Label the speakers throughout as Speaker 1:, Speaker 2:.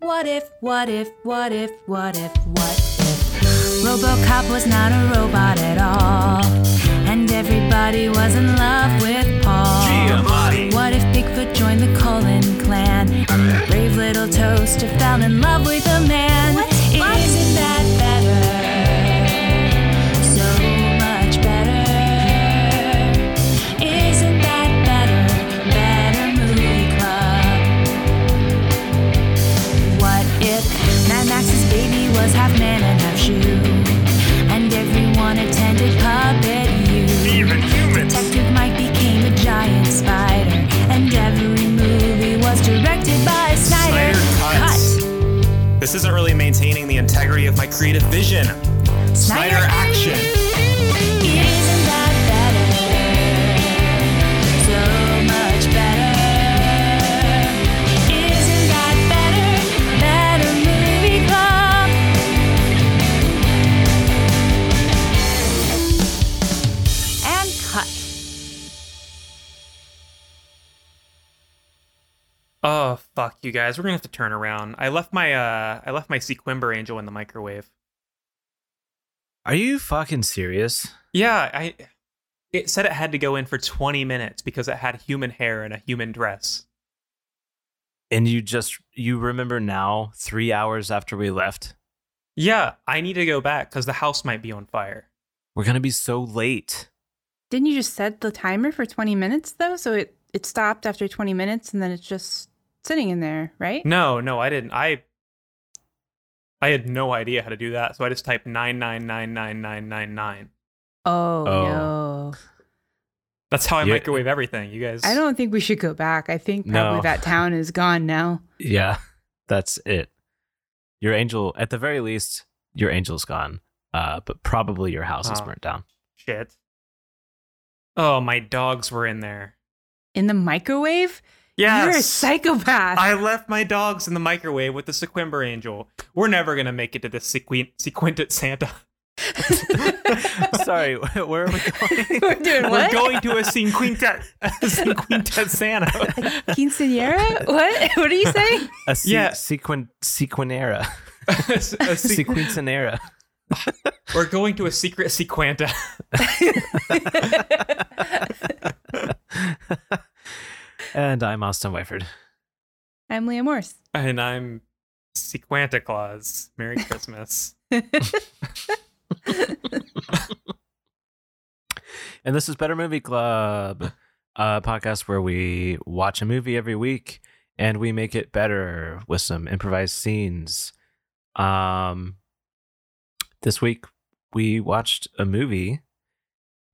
Speaker 1: What if, what if, what if, what if, what if Robocop was not a robot at all? And everybody was in love with Paul. What if Bigfoot joined the Cullen clan? Brave little toaster fell in love with a man.
Speaker 2: What?
Speaker 1: Isn't
Speaker 2: What?
Speaker 1: that better? So much better. Isn't that better? Better movie club. What if Mad Max's baby was half man and half shoe? And everyone attended puppet you.
Speaker 3: Even humans.
Speaker 1: Detective Mike became a giant spider, and every movie was directed by Snyder.
Speaker 3: Snyder cuts. This isn't really maintaining the integrity of my creative vision.
Speaker 1: Cut.
Speaker 3: Snyder action.
Speaker 1: Isn't that better? So much better. Isn't that better? Better movie club. And cut.
Speaker 3: Oh fuck, you guys! We're gonna have to turn around. I left my uh, I left my Sequimber angel in the microwave.
Speaker 4: Are you fucking serious?
Speaker 3: Yeah, I. It said it had to go in for 20 minutes because it had human hair and a human dress.
Speaker 4: And you just you remember now, three hours after we left,
Speaker 3: Yeah, I need to go back because the house might be on fire.
Speaker 4: we're gonna be so late.
Speaker 2: Didn't you just set the timer for 20 minutes though? So it it stopped after 20 minutes and then it's just sitting in there, right?
Speaker 3: No, no, I didn't. I. I had no idea how to do that, so I just typed nine nine nine nine nine nine nine.
Speaker 2: Oh,
Speaker 4: Oh.
Speaker 2: no.
Speaker 3: That's how I
Speaker 4: Yeah.
Speaker 3: microwave everything, you guys.
Speaker 2: I don't think we should go back. I think probably
Speaker 4: No.
Speaker 2: that town is gone now.
Speaker 4: Yeah, that's it. Your angel, at the very least, your angel's gone. Uh, but probably your house is
Speaker 3: Oh.
Speaker 4: burnt down.
Speaker 3: Shit. Oh, my dogs were in there.
Speaker 2: In the microwave?
Speaker 3: Yes.
Speaker 2: You're a psychopath.
Speaker 3: I left my dogs in the microwave with the Sequimber Angel. We're never gonna make it to the sequen- Sequinted Santa.
Speaker 4: Sorry, where are we going?
Speaker 2: We're doing
Speaker 3: We're
Speaker 2: what?
Speaker 3: going to a Sequintet, a Sequintet Santa.
Speaker 2: Quinceanera? What? What are you saying?
Speaker 4: A se-
Speaker 3: Yeah.
Speaker 4: sequen sequinera,
Speaker 3: A se- a se-
Speaker 4: sequincenera.
Speaker 3: We're going to a secret Sequanta.
Speaker 4: and I'm Austin Wyford.
Speaker 2: I'm Leah Morse.
Speaker 3: And I'm Sequanta Claus. Merry Christmas.
Speaker 4: And this is Better Movie Club, a podcast where we watch a movie every week and we make it better with some improvised scenes. Um, this week we watched a movie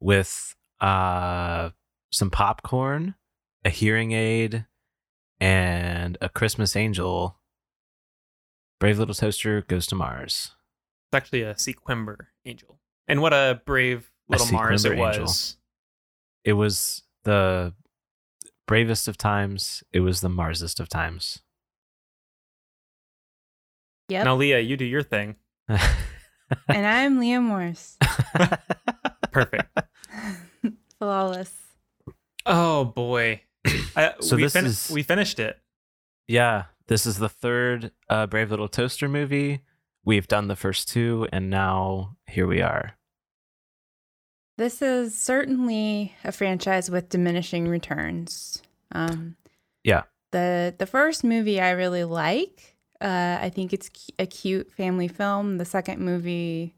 Speaker 4: with uh, some popcorn, a hearing aid, and a Christmas angel. Brave Little Toaster goes to Mars.
Speaker 3: It's actually a Sequimber Angel. And what a brave
Speaker 4: A
Speaker 3: little Mars it
Speaker 4: Sequimber Angel.
Speaker 3: was.
Speaker 4: It was the bravest of times. It was the Marsest of times.
Speaker 2: Yep.
Speaker 3: Now, Leah, you do your thing.
Speaker 2: And I'm Leah Morse.
Speaker 3: Perfect.
Speaker 2: Flawless.
Speaker 3: Oh boy. I,
Speaker 4: So
Speaker 3: we
Speaker 4: this
Speaker 3: fin-
Speaker 4: is-
Speaker 3: we finished it.
Speaker 4: yeah, this is the third uh, Brave Little Toaster movie. We've done the first two, and now here we are.
Speaker 2: This is certainly a franchise with diminishing returns. Um,
Speaker 4: Yeah.
Speaker 2: The the first movie I really like. Uh, I think it's cu- a cute family film. The second movie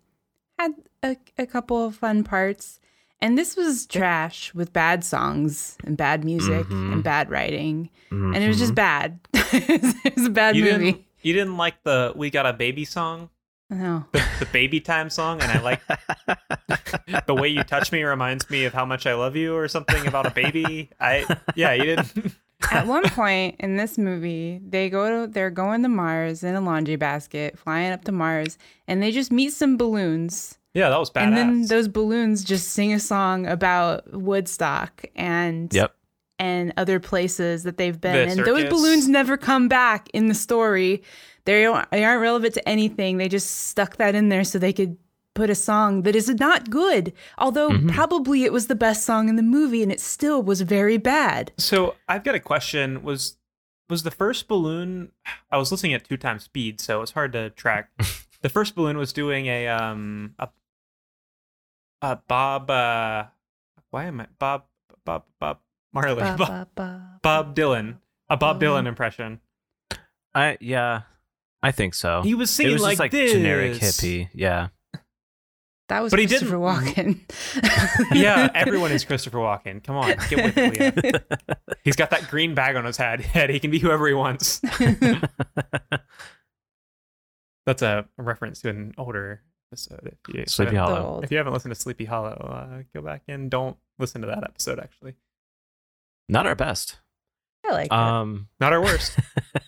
Speaker 2: had a, a couple of fun parts, and this was trash with bad songs and bad music
Speaker 4: Mhm.
Speaker 3: Mm-hmm.
Speaker 2: and bad writing, and it was just bad. it was a bad
Speaker 3: you
Speaker 2: movie.
Speaker 3: didn't you didn't like the we got a baby song,
Speaker 2: No.
Speaker 3: the, the baby time song, and I like the way you touch me reminds me of how much I love you or something about a baby. I yeah, you didn't.
Speaker 2: At one point in this movie, they go to they're going to Mars in a laundry basket, flying up to Mars, and they just meet some balloons.
Speaker 3: Yeah, that was badass.
Speaker 2: And then those balloons just sing a song about Woodstock and
Speaker 4: Mm-hmm. Yep.
Speaker 2: and other places that they've been.
Speaker 3: The
Speaker 2: and those
Speaker 3: circus.
Speaker 2: balloons never come back in the story. They don't, they aren't relevant to anything. They just stuck that in there so they could put a song that is not good. Although
Speaker 3: Mm-hmm.
Speaker 4: Mhm.
Speaker 2: probably it was the best song in the movie and it still was very bad.
Speaker 3: so I've got a question. Was was the first balloon. I was listening at two times speed, so it's hard to track. the first balloon was doing a um a, a Bob. Uh, why am I Bob Bob Bob Marley Bob, Bob, Mm-hmm. Dylan a Bob Dylan impression.
Speaker 4: I yeah, I think so.
Speaker 3: He was
Speaker 4: Oh. it
Speaker 3: singing
Speaker 4: was
Speaker 3: like,
Speaker 4: just like
Speaker 3: this.
Speaker 4: generic hippie. Yeah.
Speaker 2: That was
Speaker 3: But he
Speaker 2: Christopher Walken.
Speaker 3: yeah, everyone is Christopher Walken. Come on, get with it, Leah. He's got that green bag on his head. Head. He can be whoever he wants. That's a reference to an older episode. If you,
Speaker 4: Sleepy
Speaker 2: The
Speaker 4: Hollow.
Speaker 2: old-
Speaker 3: if you haven't listened to Sleepy Hollow, uh, go back and don't listen to that episode. Actually,
Speaker 4: Not our best.
Speaker 2: I like that.
Speaker 4: Um
Speaker 3: not our worst.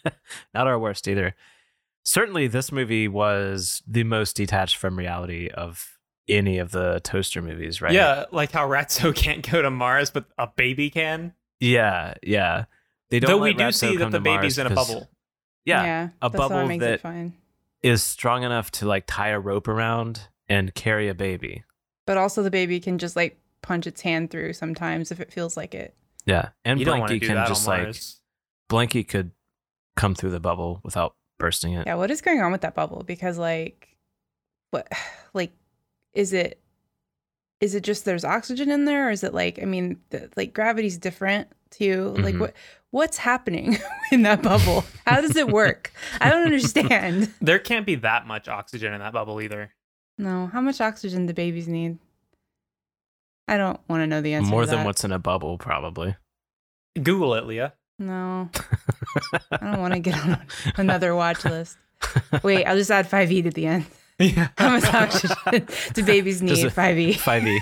Speaker 4: not our worst either. Certainly this movie was the most detached from reality of any of the toaster movies, right?
Speaker 3: Yeah, like how Ratso can't go to Mars, but a baby can.
Speaker 4: Yeah, yeah. They don't
Speaker 3: Though
Speaker 4: let
Speaker 3: we do
Speaker 4: Ratso
Speaker 3: see that
Speaker 4: come to
Speaker 3: the baby's
Speaker 4: Mars
Speaker 3: in a
Speaker 4: because-
Speaker 3: bubble.
Speaker 4: Yeah, a
Speaker 2: that's what
Speaker 4: bubble
Speaker 2: makes
Speaker 4: that-
Speaker 2: it fun.
Speaker 4: is strong enough to like tie a rope around and carry a baby.
Speaker 2: But also, the baby can just like punch its hand through sometimes if it feels like it.
Speaker 4: Yeah, and
Speaker 3: you don't want to do
Speaker 4: Blanky can
Speaker 3: that
Speaker 4: just
Speaker 3: on
Speaker 4: like
Speaker 3: Mars.
Speaker 4: Blanky could come through the bubble without bursting it.
Speaker 2: Yeah, what is going on with that bubble? Because like, what, like, is it, is it just there's oxygen in there, or is it like, I mean, the, like gravity's different to you. Like,
Speaker 4: Mhm.
Speaker 2: what, what's happening in that bubble? How does it work? I don't understand.
Speaker 3: There can't be that much oxygen in that bubble either.
Speaker 2: No, how much oxygen do babies need? I don't want to know the answer.
Speaker 4: More
Speaker 2: to
Speaker 4: than
Speaker 2: that.
Speaker 4: what's in a bubble, probably.
Speaker 3: Google it, Leah.
Speaker 2: No, I don't want to get on another watch list. Wait, I'll just add 5e to the end.
Speaker 3: Yeah.
Speaker 2: How much oxygen do babies
Speaker 4: Does
Speaker 2: need?
Speaker 4: it-
Speaker 2: 5e.
Speaker 4: Five E.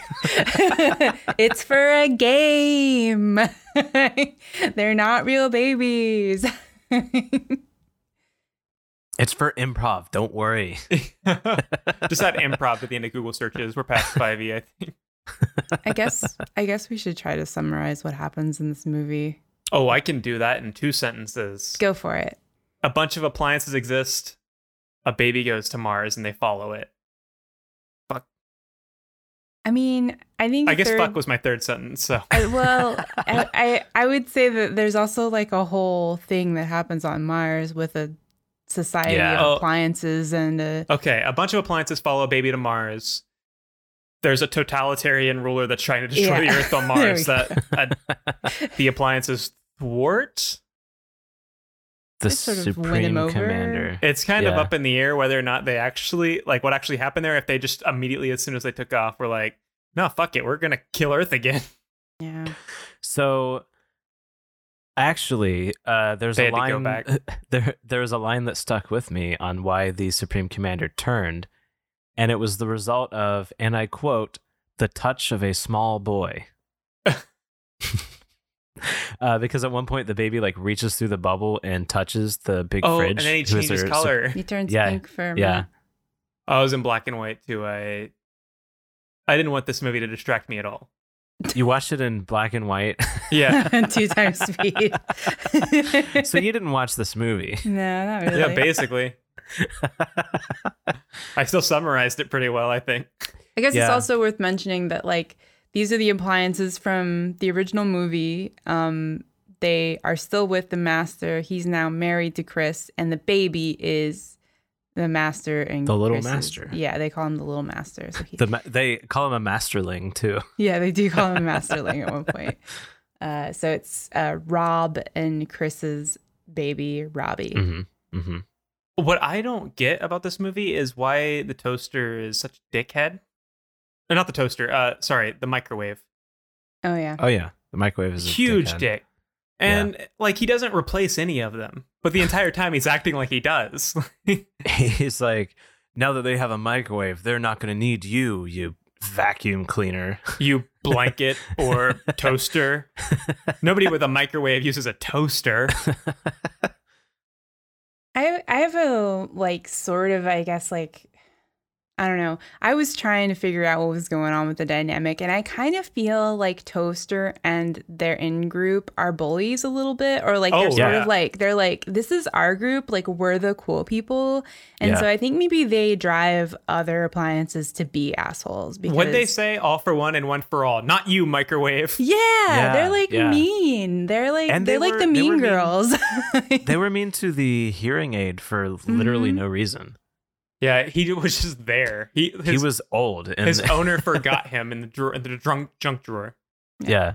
Speaker 2: it's for a game. They're not real babies.
Speaker 4: It's for improv. Don't worry.
Speaker 3: Just that improv at the end of Google searches. We're past 5e, I think.
Speaker 2: I guess I guess we should try to summarize what happens in this movie.
Speaker 3: Oh, I can do that in two sentences.
Speaker 2: Go for it.
Speaker 3: A bunch of appliances exist. A baby goes to Mars and they follow it.
Speaker 2: I mean, I think
Speaker 3: I guess
Speaker 2: third-
Speaker 3: fuck was my third sentence. So
Speaker 2: I, Uh, well, I, I I would say that there's also like a whole thing that happens on Mars with a society
Speaker 4: Yeah.
Speaker 3: Oh.
Speaker 2: of appliances and a
Speaker 3: okay, a bunch of appliances follow a baby to Mars. There's a totalitarian ruler that's trying to destroy
Speaker 2: Yeah.
Speaker 3: the Earth on
Speaker 2: There we
Speaker 3: Mars that uh, the appliances thwart.
Speaker 4: The
Speaker 2: Just sort of win
Speaker 4: supreme
Speaker 2: him over.
Speaker 4: commander.
Speaker 3: It's kind of
Speaker 4: Yeah.
Speaker 3: up in the air whether or not they actually like what actually happened there. If they just immediately, as soon as they took off, were like, "No, fuck it, we're gonna kill Earth again."
Speaker 2: yeah.
Speaker 4: So actually, uh, there's
Speaker 3: They
Speaker 4: a
Speaker 3: had to go
Speaker 4: line
Speaker 3: back.
Speaker 4: there there was a line that stuck with me on why the Supreme Commander turned, and it was the result of, and I quote, the touch of a small boy. Uh, because at one point the baby like reaches through the bubble and touches the big
Speaker 3: Oh,
Speaker 4: fridge.
Speaker 3: and then he
Speaker 4: who is
Speaker 3: changes
Speaker 4: their sup-
Speaker 3: color.
Speaker 2: He turns
Speaker 4: Yeah.
Speaker 2: pink for me.
Speaker 4: Yeah.
Speaker 3: I was in black and white too. I I didn't want this movie to distract me at all.
Speaker 4: You watched it in black and white,
Speaker 3: Yeah,
Speaker 2: two times speed.
Speaker 4: so you didn't watch this movie.
Speaker 2: no, not really.
Speaker 3: yeah, basically. I still summarized it pretty well, I think.
Speaker 2: I guess it's
Speaker 4: Yeah.
Speaker 2: also worth mentioning that like these are the appliances from the original movie. Um, they are still with the master. He's now married to Chris, and the baby is the master and
Speaker 4: The little
Speaker 2: Chris's-
Speaker 4: master.
Speaker 2: Yeah, they call him the little master. So he,
Speaker 4: The ma- they call him a masterling too.
Speaker 2: yeah, they do call him masterling at one point. Uh, so it's uh, Rob and Chris's baby, Robbie.
Speaker 4: Mm-hmm. Mm-hmm.
Speaker 3: What I don't get about this movie is why the toaster is such a dickhead. Or not the toaster. Uh, sorry, the microwave.
Speaker 2: Oh yeah,
Speaker 4: Oh yeah, the microwave is a
Speaker 3: Huge
Speaker 4: dickhead.
Speaker 3: dick. And like he doesn't replace any of them, but the entire time he's acting like he does.
Speaker 4: He's like, now that they have a microwave, they're not going to need you, you vacuum cleaner.
Speaker 3: you blanket or toaster. Nobody with a microwave uses a toaster.
Speaker 2: I I have a like sort of I guess like I don't know. I was trying to figure out what was going on with the dynamic, and I kind of feel like Toaster and their in group are bullies a little bit, or like
Speaker 3: Oh,
Speaker 2: they're sort
Speaker 4: yeah.
Speaker 2: of like they're like this is our group, like we're the cool people, and
Speaker 4: Yeah.
Speaker 2: so I think maybe they drive other appliances to be assholes because
Speaker 3: What they say, all for one and one for all. Not you, microwave.
Speaker 2: Yeah,
Speaker 4: Yeah,
Speaker 2: they're like
Speaker 4: yeah.
Speaker 2: mean. They're like
Speaker 4: And they
Speaker 2: they're
Speaker 4: were-
Speaker 2: like the
Speaker 4: they were
Speaker 2: mean
Speaker 4: mean.
Speaker 2: girls.
Speaker 4: They were mean to the hearing aid for literally
Speaker 3: Mm-hmm.
Speaker 2: Mhm.
Speaker 4: no reason.
Speaker 3: Yeah, he was just there. He his,
Speaker 4: he was old, and
Speaker 3: his owner forgot him in the drawer, in the drunk junk drawer.
Speaker 4: yeah.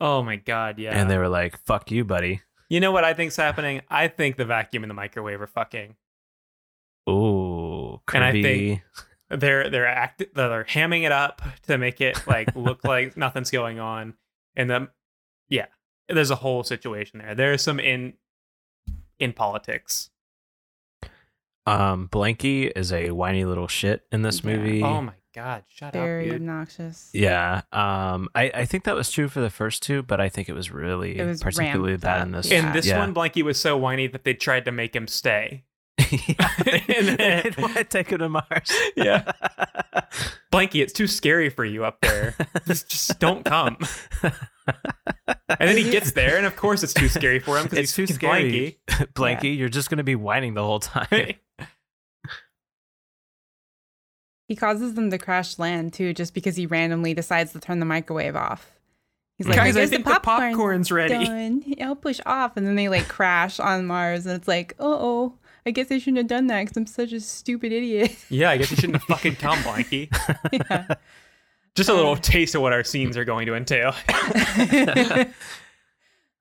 Speaker 3: Oh my god, yeah.
Speaker 4: and they were like, "Fuck you, buddy."
Speaker 3: you know what I think's happening? I think the vacuum and the microwave are fucking.
Speaker 4: Ooh,
Speaker 3: And I
Speaker 4: creepy.
Speaker 3: think- They're they're act they're hamming it up to make it like look like nothing's going on. And then yeah, there's a whole situation there. There's some in in politics.
Speaker 4: um, Blanky is a whiny little shit in this
Speaker 2: Yeah.
Speaker 4: movie.
Speaker 3: Oh my god, shut up,
Speaker 2: Very
Speaker 3: dude.
Speaker 2: obnoxious.
Speaker 4: Yeah. Um, I, I think that was true for the first two, but I think it was really
Speaker 2: It was
Speaker 4: particularly
Speaker 2: ramped
Speaker 4: bad
Speaker 2: up,
Speaker 4: in this.
Speaker 3: In this
Speaker 4: yeah.
Speaker 3: one, Blanky was so whiny that they tried to make him stay.
Speaker 4: yeah,
Speaker 3: And then-
Speaker 4: they want to take him to Mars.
Speaker 3: Yeah. Blanky, it's too scary for you up there. just, just don't come. And then he gets there, and of course it's too scary for him because
Speaker 4: It's
Speaker 3: he's
Speaker 4: too
Speaker 3: too
Speaker 4: scary.
Speaker 3: Blanky.
Speaker 4: Blanky, you're just gonna be whining the whole time.
Speaker 2: He causes them to crash land too, just because he randomly decides to turn the microwave off. He's like,
Speaker 3: Guys, I
Speaker 2: "Guys,
Speaker 3: think
Speaker 2: the
Speaker 3: the
Speaker 2: popcorn's
Speaker 3: popcorn's ready.
Speaker 2: done. I'll push off," and then they like crash on Mars, and it's like, "Uh oh, I guess I shouldn't have done that because I'm such a stupid idiot."
Speaker 3: Yeah, I guess you shouldn't have fucking come, Blanky.
Speaker 2: yeah.
Speaker 3: Just a
Speaker 2: Oh.
Speaker 3: little taste of what our scenes are going to entail.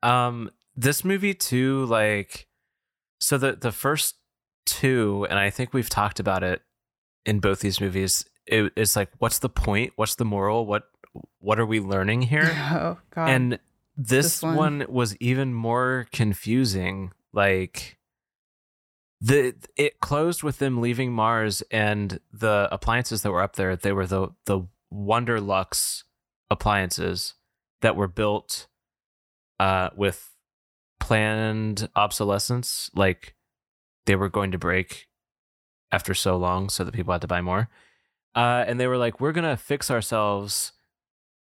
Speaker 4: Um, this movie too, like, so the the first two, and I think we've talked about it in both these movies. It, it's like, what's the point? What's the moral? What what are we learning here?
Speaker 2: Oh god.
Speaker 4: and this,
Speaker 2: this
Speaker 4: one.
Speaker 2: one.
Speaker 4: was even more confusing like the it closed with them leaving mars and the appliances that were up there they were the the wonderlux appliances that were built uh with planned obsolescence like they were going to break after so long so that people had to buy more uh, and they were like we're gonna fix ourselves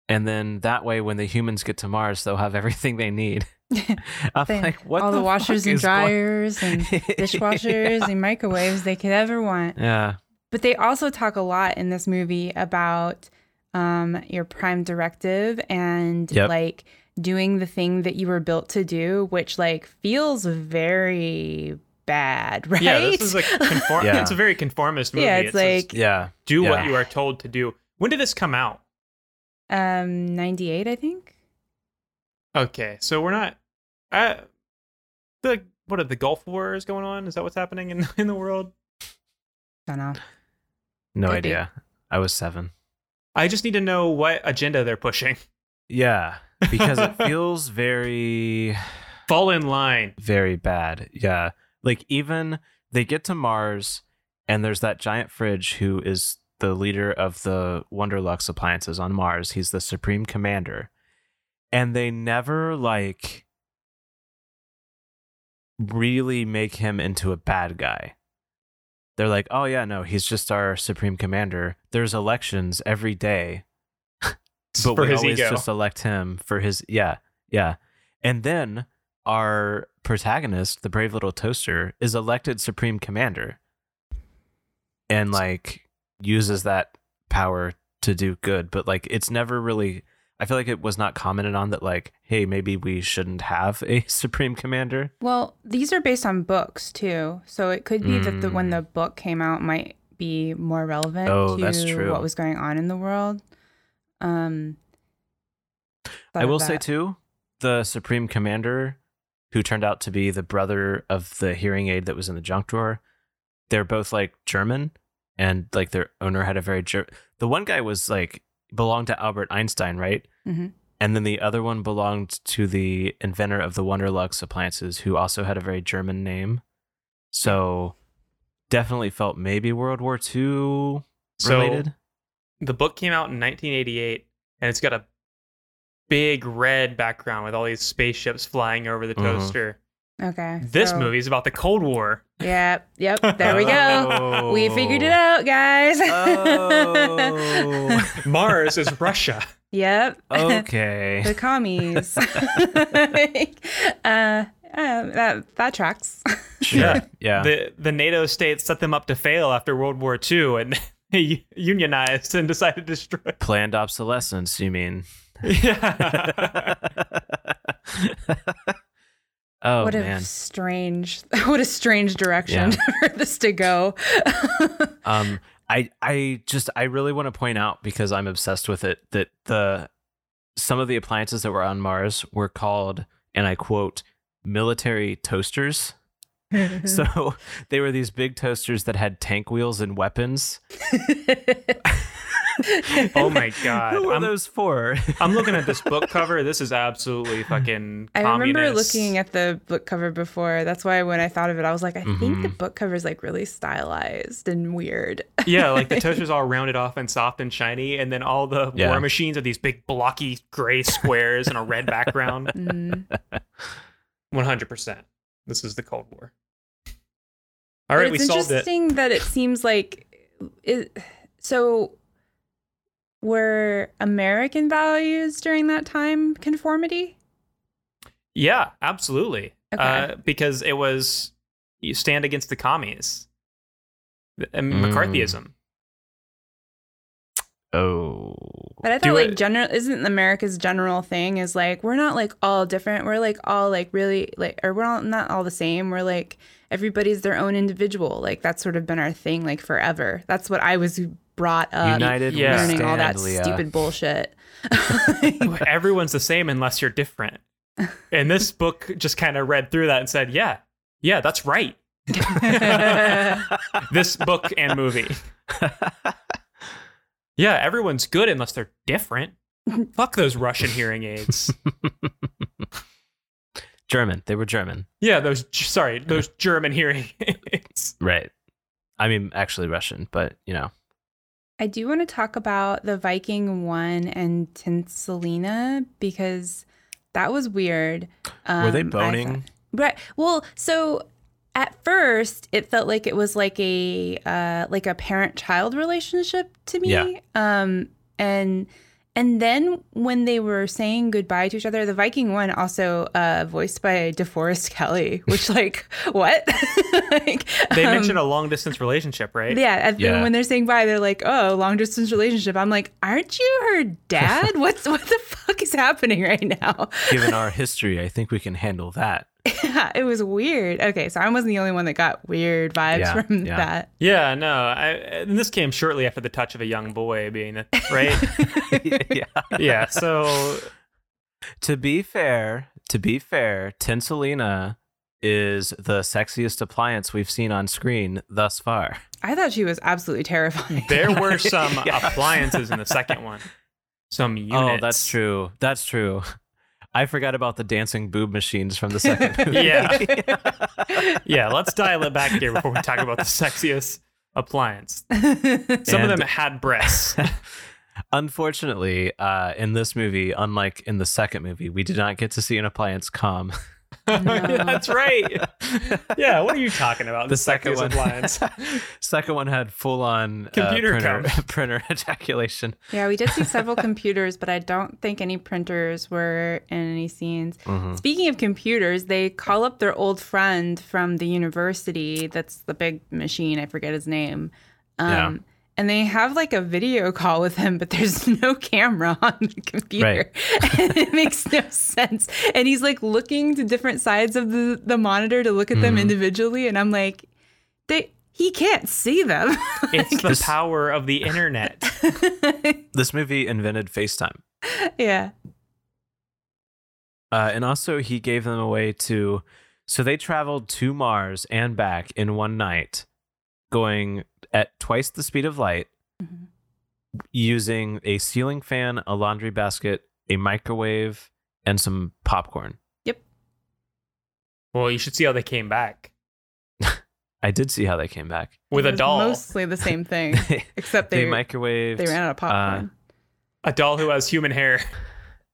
Speaker 4: and then that way when the humans get to mars they'll have everything they need i'm
Speaker 2: They-
Speaker 4: like what
Speaker 2: all the,
Speaker 4: fuck
Speaker 2: washers and
Speaker 4: is going-
Speaker 2: dryers and dishwashers and microwaves they could ever want.
Speaker 4: yeah
Speaker 2: But they also talk a lot in this movie about um, your prime directive and
Speaker 4: Yep.
Speaker 2: like doing the thing that you were built to do, which like feels very bad, right?
Speaker 3: Yeah, this is like conform-
Speaker 4: Yeah.
Speaker 3: it's a very conformist movie.
Speaker 2: Yeah, it's
Speaker 3: just
Speaker 2: like-
Speaker 4: yeah
Speaker 3: do
Speaker 4: Yeah.
Speaker 3: what you are told to do. When did this come out?
Speaker 2: um, 98, I think.
Speaker 3: Okay, so we're not. Uh, the what are the Gulf Wars going on? Is that what's happening in in the world?
Speaker 2: Don't know.
Speaker 4: no
Speaker 2: Could be.
Speaker 4: idea i was seven
Speaker 3: I just need to know what agenda they're pushing.
Speaker 4: yeah because it feels very
Speaker 3: Fall in line.
Speaker 4: very bad. Yeah. Like even they get to Mars and there's that giant fridge who is the leader of the Wonderlux appliances on Mars. He's the supreme commander. And they never like really make him into a bad guy. They're like, "Oh yeah, no, he's just our supreme commander. There's elections every day." but
Speaker 3: for
Speaker 4: we
Speaker 3: his
Speaker 4: always
Speaker 3: ego.
Speaker 4: just elect him for his yeah yeah and then our protagonist the brave little toaster is elected supreme commander and like uses that power to do good but like it's never really i feel like it was not commented on that like hey maybe we shouldn't have a supreme commander
Speaker 2: Well, these are based on books too, so it could be that the, when
Speaker 4: Mm.
Speaker 2: the book came out might be more relevant
Speaker 4: Oh,
Speaker 2: to
Speaker 4: that's true.
Speaker 2: what was going on in the world. Um, thought
Speaker 4: i
Speaker 2: of
Speaker 4: will say
Speaker 2: that.
Speaker 4: too the supreme commander who turned out to be the brother of the hearing aid that was in the junk drawer they're both like german and like their owner had a very ger- the one guy was like belonged to albert einstein right
Speaker 2: Mhm.
Speaker 4: and then the other one belonged to the inventor of the wonderlux appliances who also had a very german name so definitely felt maybe world war ii related
Speaker 3: So the book came out in 1988, and it's got a big red background with all these spaceships flying over the
Speaker 4: Mhm.
Speaker 3: toaster.
Speaker 2: Okay.
Speaker 3: This
Speaker 2: so-
Speaker 3: movie is about the Cold War.
Speaker 2: Yep. Yep. There we go. We figured it out, guys.
Speaker 4: Oh.
Speaker 3: Mars is Russia.
Speaker 2: yep.
Speaker 4: okay.
Speaker 2: The commies. uh, uh, that that tracks.
Speaker 4: Sure. Yeah.
Speaker 3: The the NATO states set them up to fail after World War II and they unionized and decided to destroy.
Speaker 4: Planned obsolescence, you mean?
Speaker 3: Yeah.
Speaker 4: oh
Speaker 2: what a
Speaker 4: man.
Speaker 2: strange, what a strange direction for this to go.
Speaker 4: Um I I just I really want to point out because I'm obsessed with it that the some of the appliances that were on Mars were called and I quote military toasters.
Speaker 2: Mm-hmm.
Speaker 4: so they were these big toasters that had tank wheels and weapons.
Speaker 3: oh my god.
Speaker 4: Who were
Speaker 3: I'm,
Speaker 4: those for?
Speaker 3: I'm looking at this book cover. This is absolutely fucking
Speaker 2: I remember
Speaker 3: communist.
Speaker 2: looking at the book cover before. That's why when I thought of it, I was like, I think the
Speaker 4: Mm-hmm.
Speaker 2: book cover is like really stylized and weird.
Speaker 3: Yeah, like the toaster's all rounded off and soft and shiny, and then all the
Speaker 4: Yeah.
Speaker 3: war machines are these big blocky gray squares and a red background.
Speaker 2: Mm.
Speaker 3: One hundred percent. This is the Cold War. All right,
Speaker 2: But
Speaker 3: we
Speaker 2: it's
Speaker 3: solved it.
Speaker 2: interesting that it seems like it, so were American values during that time conformity?
Speaker 3: Yeah, absolutely.
Speaker 2: Okay.
Speaker 3: Uh, because it was you stand against the commies, Th- and
Speaker 4: Mm.
Speaker 3: McCarthyism.
Speaker 4: oh.
Speaker 2: But I
Speaker 3: Do
Speaker 2: thought like
Speaker 3: it-
Speaker 2: general isn't America's general thing is like we're not like all different. We're like all like really like or we're all not all the same. We're like everybody's their own individual. Like that's sort of been our thing like forever. That's what I was brought up
Speaker 4: United
Speaker 3: yeah.
Speaker 4: we
Speaker 2: Uh, learning
Speaker 4: stand,
Speaker 2: all that
Speaker 4: Leah.
Speaker 2: stupid bullshit.
Speaker 3: Everyone's the same unless you're different. And this book just kind of read through that and said, "Yeah, yeah, that's right." this book and movie. Yeah, everyone's good unless they're different. Fuck those Russian hearing aids.
Speaker 4: German. They were German.
Speaker 3: Yeah, those sorry, those German hearing aids.
Speaker 4: Right. I mean, actually Russian, but you know.
Speaker 2: I do want to talk about the Viking one and Tinselina because that was weird. Um,
Speaker 4: Were they
Speaker 2: I
Speaker 4: boning?
Speaker 2: thought- Right. Well, so at first it felt like it was like a uh, like a parent child relationship to me.
Speaker 4: Yeah.
Speaker 2: Um, and and then when they were saying goodbye to each other, the Viking one also uh, voiced by DeForest Kelly, which like what? like,
Speaker 3: They
Speaker 2: um,
Speaker 3: mentioned a long distance relationship, right?
Speaker 2: yeah, at the-
Speaker 4: Yeah.
Speaker 2: when they're saying bye, they're like, "Oh, long distance relationship." I'm like, "Aren't you her dad? What's what the fuck is happening right now?"
Speaker 4: Given our history, I think we can handle that.
Speaker 2: yeah, it was weird. Okay, so I wasn't the only one that got weird vibes
Speaker 4: Yeah,
Speaker 2: from
Speaker 4: yeah.
Speaker 2: that.
Speaker 3: Yeah, no. I, and this came shortly after the touch of a young boy being, a, right?
Speaker 4: yeah.
Speaker 3: yeah. So
Speaker 4: To be fair, to be fair, Tinselina is the sexiest appliance we've seen on screen thus far.
Speaker 2: I thought she was absolutely terrifying.
Speaker 3: there were some appliances in the second one. Some units.
Speaker 4: Oh, that's true. That's true. I forgot about the dancing boob machines from the second movie.
Speaker 3: Yeah. yeah. Let's dial it back here before we talk about the sexiest appliance. Some of
Speaker 4: And-
Speaker 3: them had breasts.
Speaker 4: Unfortunately, uh, in this movie, unlike in the second movie, we did not get to see an appliance come.
Speaker 3: that's right. Yeah. What are you talking about?
Speaker 4: The second
Speaker 3: sexiest
Speaker 4: one.
Speaker 3: appliance.
Speaker 4: Second one had full on
Speaker 3: Computer
Speaker 4: printer, printer ejaculation.
Speaker 2: yeah, we did see several computers, but I don't think any printers were in any scenes. Speaking of computers, they call up their old friend from the university. That's the big machine. I forget his name. Um,
Speaker 4: Yeah.
Speaker 2: And they have like a video call with him, but there's no camera on the computer. and it makes no sense. And he's like looking to different sides of the, the monitor to look at them individually. And I'm like, they, he can't see them.
Speaker 3: It's the
Speaker 4: This-
Speaker 3: power of the internet.
Speaker 4: This movie invented FaceTime.
Speaker 2: yeah.
Speaker 4: Uh, and also, he gave them away to. So they traveled to Mars and back in one night, going at twice the speed of light,
Speaker 2: Mm-hmm.
Speaker 4: using a ceiling fan, a laundry basket, a microwave, and some popcorn.
Speaker 3: Well, you should see how they came back
Speaker 4: I did see how they came back.
Speaker 3: with
Speaker 2: It
Speaker 3: a
Speaker 2: was
Speaker 3: doll.
Speaker 2: Mostly the same thing,
Speaker 4: they,
Speaker 2: except they,
Speaker 4: they uh, microwaved.
Speaker 2: they ran out of popcorn.
Speaker 3: A doll who has human hair.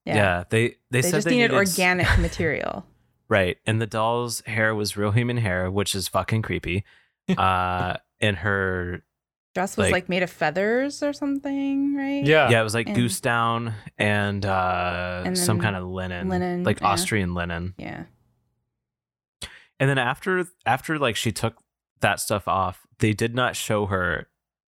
Speaker 4: yeah. they they
Speaker 2: They
Speaker 4: said
Speaker 2: just
Speaker 4: they
Speaker 2: needed
Speaker 4: needed s-
Speaker 2: organic material.
Speaker 4: Right. And the doll's hair was real human hair, which is fucking creepy. Uh, and her,
Speaker 2: Dress was
Speaker 4: Like-
Speaker 2: like, made of feathers or something, right?
Speaker 5: Yeah.
Speaker 4: yeah, it was like
Speaker 2: And-
Speaker 4: goose down and, uh,
Speaker 2: And
Speaker 4: some
Speaker 2: then
Speaker 4: kind of linen,
Speaker 2: linen,
Speaker 4: like
Speaker 2: yeah.
Speaker 4: Austrian linen.
Speaker 2: Yeah.
Speaker 4: And then after, after like she took that stuff off, they did not show her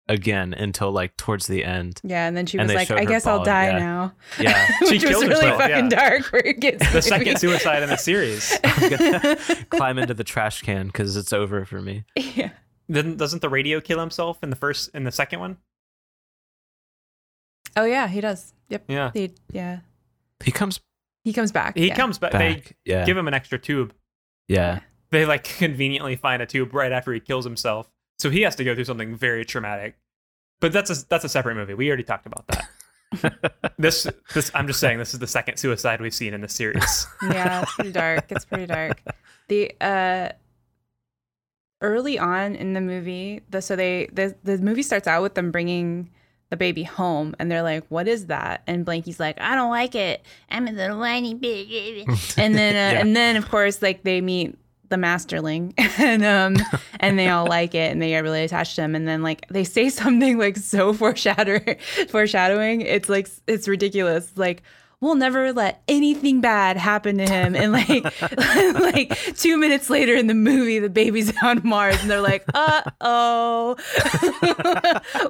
Speaker 4: again until like towards the end.
Speaker 2: Yeah. And then she
Speaker 4: And
Speaker 2: was
Speaker 4: they
Speaker 2: like,
Speaker 4: showed
Speaker 2: I
Speaker 4: her
Speaker 2: guess I'll
Speaker 4: bald,
Speaker 2: die
Speaker 4: yeah.
Speaker 2: now.
Speaker 4: Yeah.
Speaker 3: She
Speaker 2: Which was
Speaker 3: killed
Speaker 2: really
Speaker 3: herself,
Speaker 2: fucking
Speaker 3: yeah.
Speaker 2: dark where it gets
Speaker 3: The second
Speaker 2: movie.
Speaker 3: suicide in the series.
Speaker 4: I'm gonna climb into the trash can because it's over for me.
Speaker 2: yeah.
Speaker 3: Then doesn't the radio kill himself in the first in the second one?
Speaker 2: Oh yeah, he does. Yep.
Speaker 3: Yeah.
Speaker 2: He, yeah.
Speaker 4: He comes
Speaker 2: He comes back.
Speaker 3: He
Speaker 2: yeah.
Speaker 3: comes back.
Speaker 4: back.
Speaker 3: They
Speaker 4: yeah.
Speaker 3: give him an extra tube.
Speaker 4: yeah.
Speaker 3: They like conveniently find a tube right after he kills himself, so he has to go through something very traumatic. But that's a that's a separate movie. We already talked about that. this this I'm just saying this is the second suicide we've seen in the series.
Speaker 2: yeah, it's pretty dark. It's pretty dark. The uh early on in the movie, the so they the the movie starts out with them bringing the baby home and they're like, "What is that?" And Blanky's like, "I don't like it. I'm a little whiny baby." And then uh,
Speaker 4: Yeah.
Speaker 2: and then of course like they meet the masterling and um and they all like it and they are really attached to him and then like they say something like so foreshadowing foreshadowing it's like it's ridiculous like we'll never let anything bad happen to him and like like two minutes later in the movie the baby's on mars and they're like uh-oh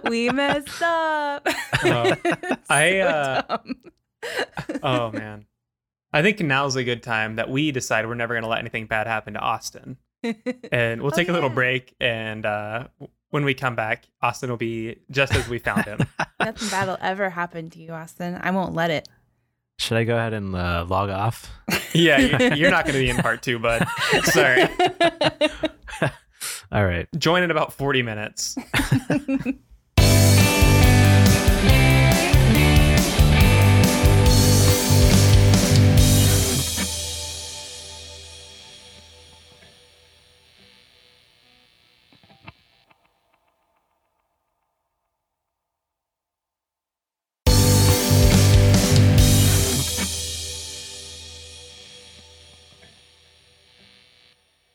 Speaker 2: we messed up
Speaker 3: Uh, I uh,
Speaker 2: Um,
Speaker 3: oh man, I think now's a good time that we decide we're never going to let anything bad happen to Austin, and we'll
Speaker 2: Oh,
Speaker 3: take a little
Speaker 2: yeah.
Speaker 3: break. And uh, w- when we come back, Austin will be just as we found him.
Speaker 2: nothing bad will ever happen to you austin i won't let it
Speaker 4: Should I go ahead and uh, log off?
Speaker 3: yeah, you- you're not going to be in part two, bud. Sorry.
Speaker 4: All right.
Speaker 3: Join in about 40 minutes.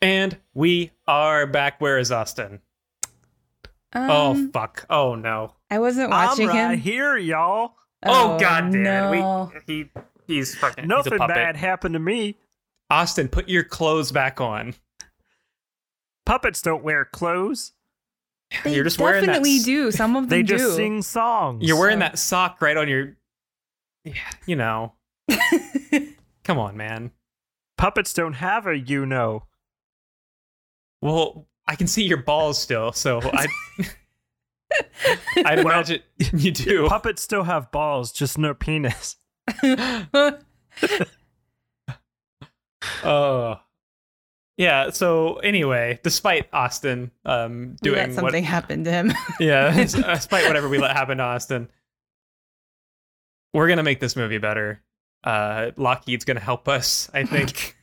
Speaker 3: And we are back. Where is Austin? oh
Speaker 2: Um,
Speaker 3: fuck. Oh no.
Speaker 2: I wasn't watching him.
Speaker 5: here, y'all.
Speaker 3: Oh, god damn.
Speaker 2: no.
Speaker 3: We he he's fucking he's a puppet.
Speaker 5: happened to me.
Speaker 3: Austin, put your clothes back on.
Speaker 5: Puppets don't wear clothes.
Speaker 2: They
Speaker 3: You're just wearing that.
Speaker 2: definitely
Speaker 3: s-
Speaker 2: do. Some of them do.
Speaker 5: songs.
Speaker 3: You're wearing that sock right on your Yeah, you know. Come on, man.
Speaker 5: Puppets don't have a you know.
Speaker 3: Well, I can see your balls still, so I I'd
Speaker 5: Well,
Speaker 3: imagine you do.
Speaker 5: Puppets still have balls, just no penis.
Speaker 3: Oh. Yeah, so anyway, despite Austin um
Speaker 2: We
Speaker 3: doing
Speaker 2: let
Speaker 3: what
Speaker 2: something happen to him.
Speaker 3: Yeah, uh, despite whatever we let happen to Austin, we're gonna make this movie better. Uh, Lockheed's gonna help us, I think.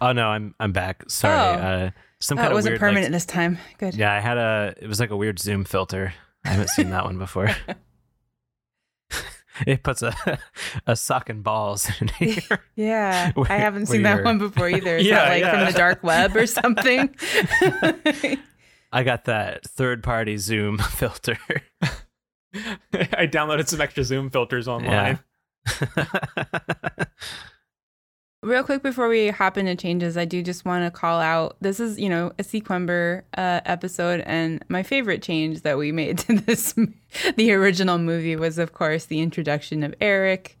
Speaker 4: Oh no, I'm I'm back. Sorry.
Speaker 2: Oh.
Speaker 4: Uh, some
Speaker 2: Oh,
Speaker 4: kind
Speaker 2: it
Speaker 4: of
Speaker 2: wasn't
Speaker 4: weird, like-
Speaker 2: permanent this time. Good.
Speaker 4: yeah, I had a. It was like a weird zoom filter. I haven't seen that one before. it puts a a sock and balls in here.
Speaker 2: Yeah,
Speaker 4: Where-
Speaker 2: I haven't seen
Speaker 4: where
Speaker 2: that
Speaker 4: you're-
Speaker 2: one before either. Is
Speaker 3: Yeah,
Speaker 2: that like
Speaker 3: yeah.
Speaker 2: from the dark web or something?
Speaker 4: I got that third party zoom filter.
Speaker 3: I downloaded some extra Zoom filters online.
Speaker 2: Real quick before we hop into changes, I do just want to call out this is, you know, a Sequember uh, episode. And my favorite change that we made to this, the original movie, was, of course, the introduction of Eric.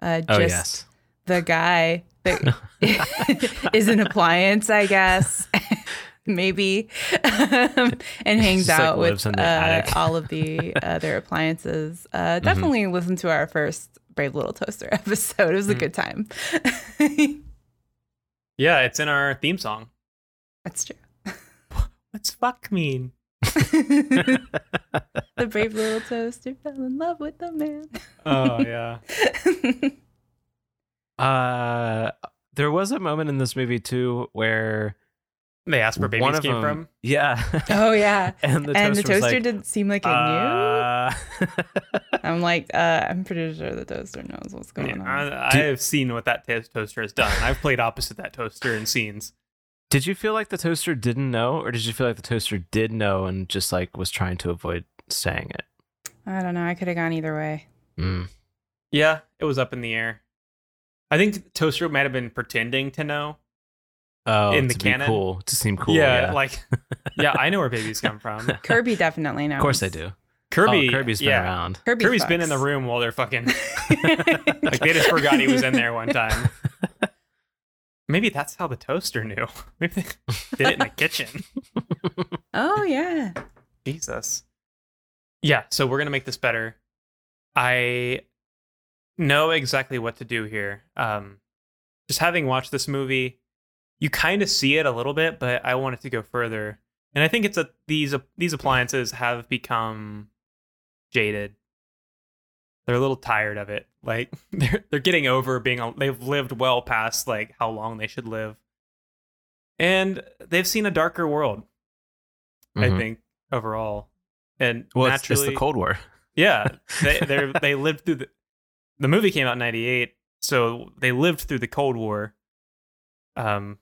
Speaker 2: Uh,
Speaker 4: oh
Speaker 2: just
Speaker 4: yes.
Speaker 2: the guy that is an appliance, I guess, maybe, um, and hangs
Speaker 4: Just, like,
Speaker 2: out
Speaker 4: lives
Speaker 2: with
Speaker 4: in the
Speaker 2: uh,
Speaker 4: attic. Mm-hmm.
Speaker 2: all of the other appliances. Uh, definitely listen to our first Brave Little Toaster episode. It
Speaker 4: Mm.
Speaker 2: was a good time.
Speaker 3: Yeah, it's in our theme song.
Speaker 2: That's true.
Speaker 3: What's fuck mean?
Speaker 2: the brave little toaster fell in love with the man.
Speaker 3: Oh yeah.
Speaker 4: Uh, there was a moment in this movie too where
Speaker 3: They asked where babies
Speaker 4: one of
Speaker 3: came
Speaker 4: them-
Speaker 3: from.
Speaker 4: Yeah.
Speaker 2: oh yeah,
Speaker 4: and the toaster,
Speaker 2: and the
Speaker 4: was
Speaker 2: toaster
Speaker 4: like,
Speaker 2: didn't seem like it knew.
Speaker 4: Uh,
Speaker 2: I'm like, uh, I'm pretty sure the toaster knows what's going
Speaker 3: Yeah,
Speaker 2: on.
Speaker 3: I, I have seen what that toast- toaster has done. I've played opposite that toaster in scenes.
Speaker 4: did you feel like the toaster didn't know, or did you feel like the toaster did know and just like was trying to avoid saying it?
Speaker 2: I don't know. I could have gone either way.
Speaker 4: Mm.
Speaker 3: Yeah, it was up in the air. I think Toaster might have been pretending to know.
Speaker 4: Oh,
Speaker 3: In the
Speaker 4: to be
Speaker 3: canon?
Speaker 4: cool to seem cool.
Speaker 3: Yeah,
Speaker 4: Yeah,
Speaker 3: like yeah, I know where babies come from.
Speaker 2: Kirby definitely knows.
Speaker 4: of course I do.
Speaker 3: Kirby,
Speaker 4: oh, Kirby's been
Speaker 3: yeah.
Speaker 4: around.
Speaker 2: Kirby
Speaker 3: Kirby's been in the
Speaker 2: sucks.
Speaker 3: room while they're fucking. like they just forgot he was in there one time. Maybe that's how the toaster knew. Maybe they did it in the kitchen.
Speaker 2: Oh yeah.
Speaker 3: Jesus. Yeah, so we're gonna make this better. I know exactly what to do here. Um, just having watched this movie, you kind of see it a little bit, but I want it to go further. And I think it's a these these appliances have become jaded. They're a little tired of it. Like they're they're getting over being a, they've lived well past like how long they should live. And they've seen a darker world. I
Speaker 4: Mhm.
Speaker 3: think overall. And
Speaker 4: Well, it's,
Speaker 3: naturally,
Speaker 4: it's the Cold War.
Speaker 3: yeah, they they they lived through the the movie came out in '98, so they lived through the Cold War. Um,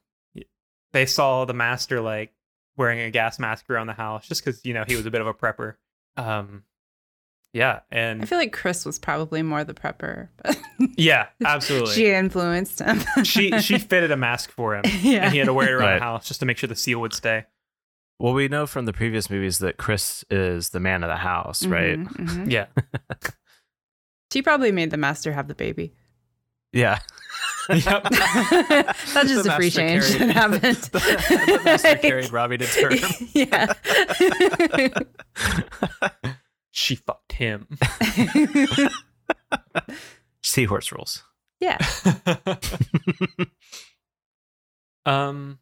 Speaker 3: they saw the master like wearing a gas mask around the house just because you know he was a bit of a prepper. Um, yeah,
Speaker 2: I
Speaker 3: and
Speaker 2: feel like Chris was probably more the prepper, but
Speaker 3: yeah, absolutely.
Speaker 2: she influenced him.
Speaker 3: she she fitted a mask for him,
Speaker 2: yeah.
Speaker 3: and he had to wear it around
Speaker 4: Right.
Speaker 3: the house just to make sure the seal would stay.
Speaker 4: Well, we know from the previous movies that Chris is the man of the house, right?
Speaker 2: Mhm, mhm.
Speaker 3: Yeah,
Speaker 2: She probably made the master have the baby.
Speaker 4: Yeah.
Speaker 3: yep.
Speaker 2: That's just
Speaker 4: The
Speaker 2: a free
Speaker 4: master
Speaker 2: change
Speaker 4: carried-
Speaker 2: that happened.
Speaker 4: the, the master carried Robbie to term.
Speaker 2: yeah.
Speaker 3: she fucked him.
Speaker 4: Seahorse rules.
Speaker 2: yeah.
Speaker 3: um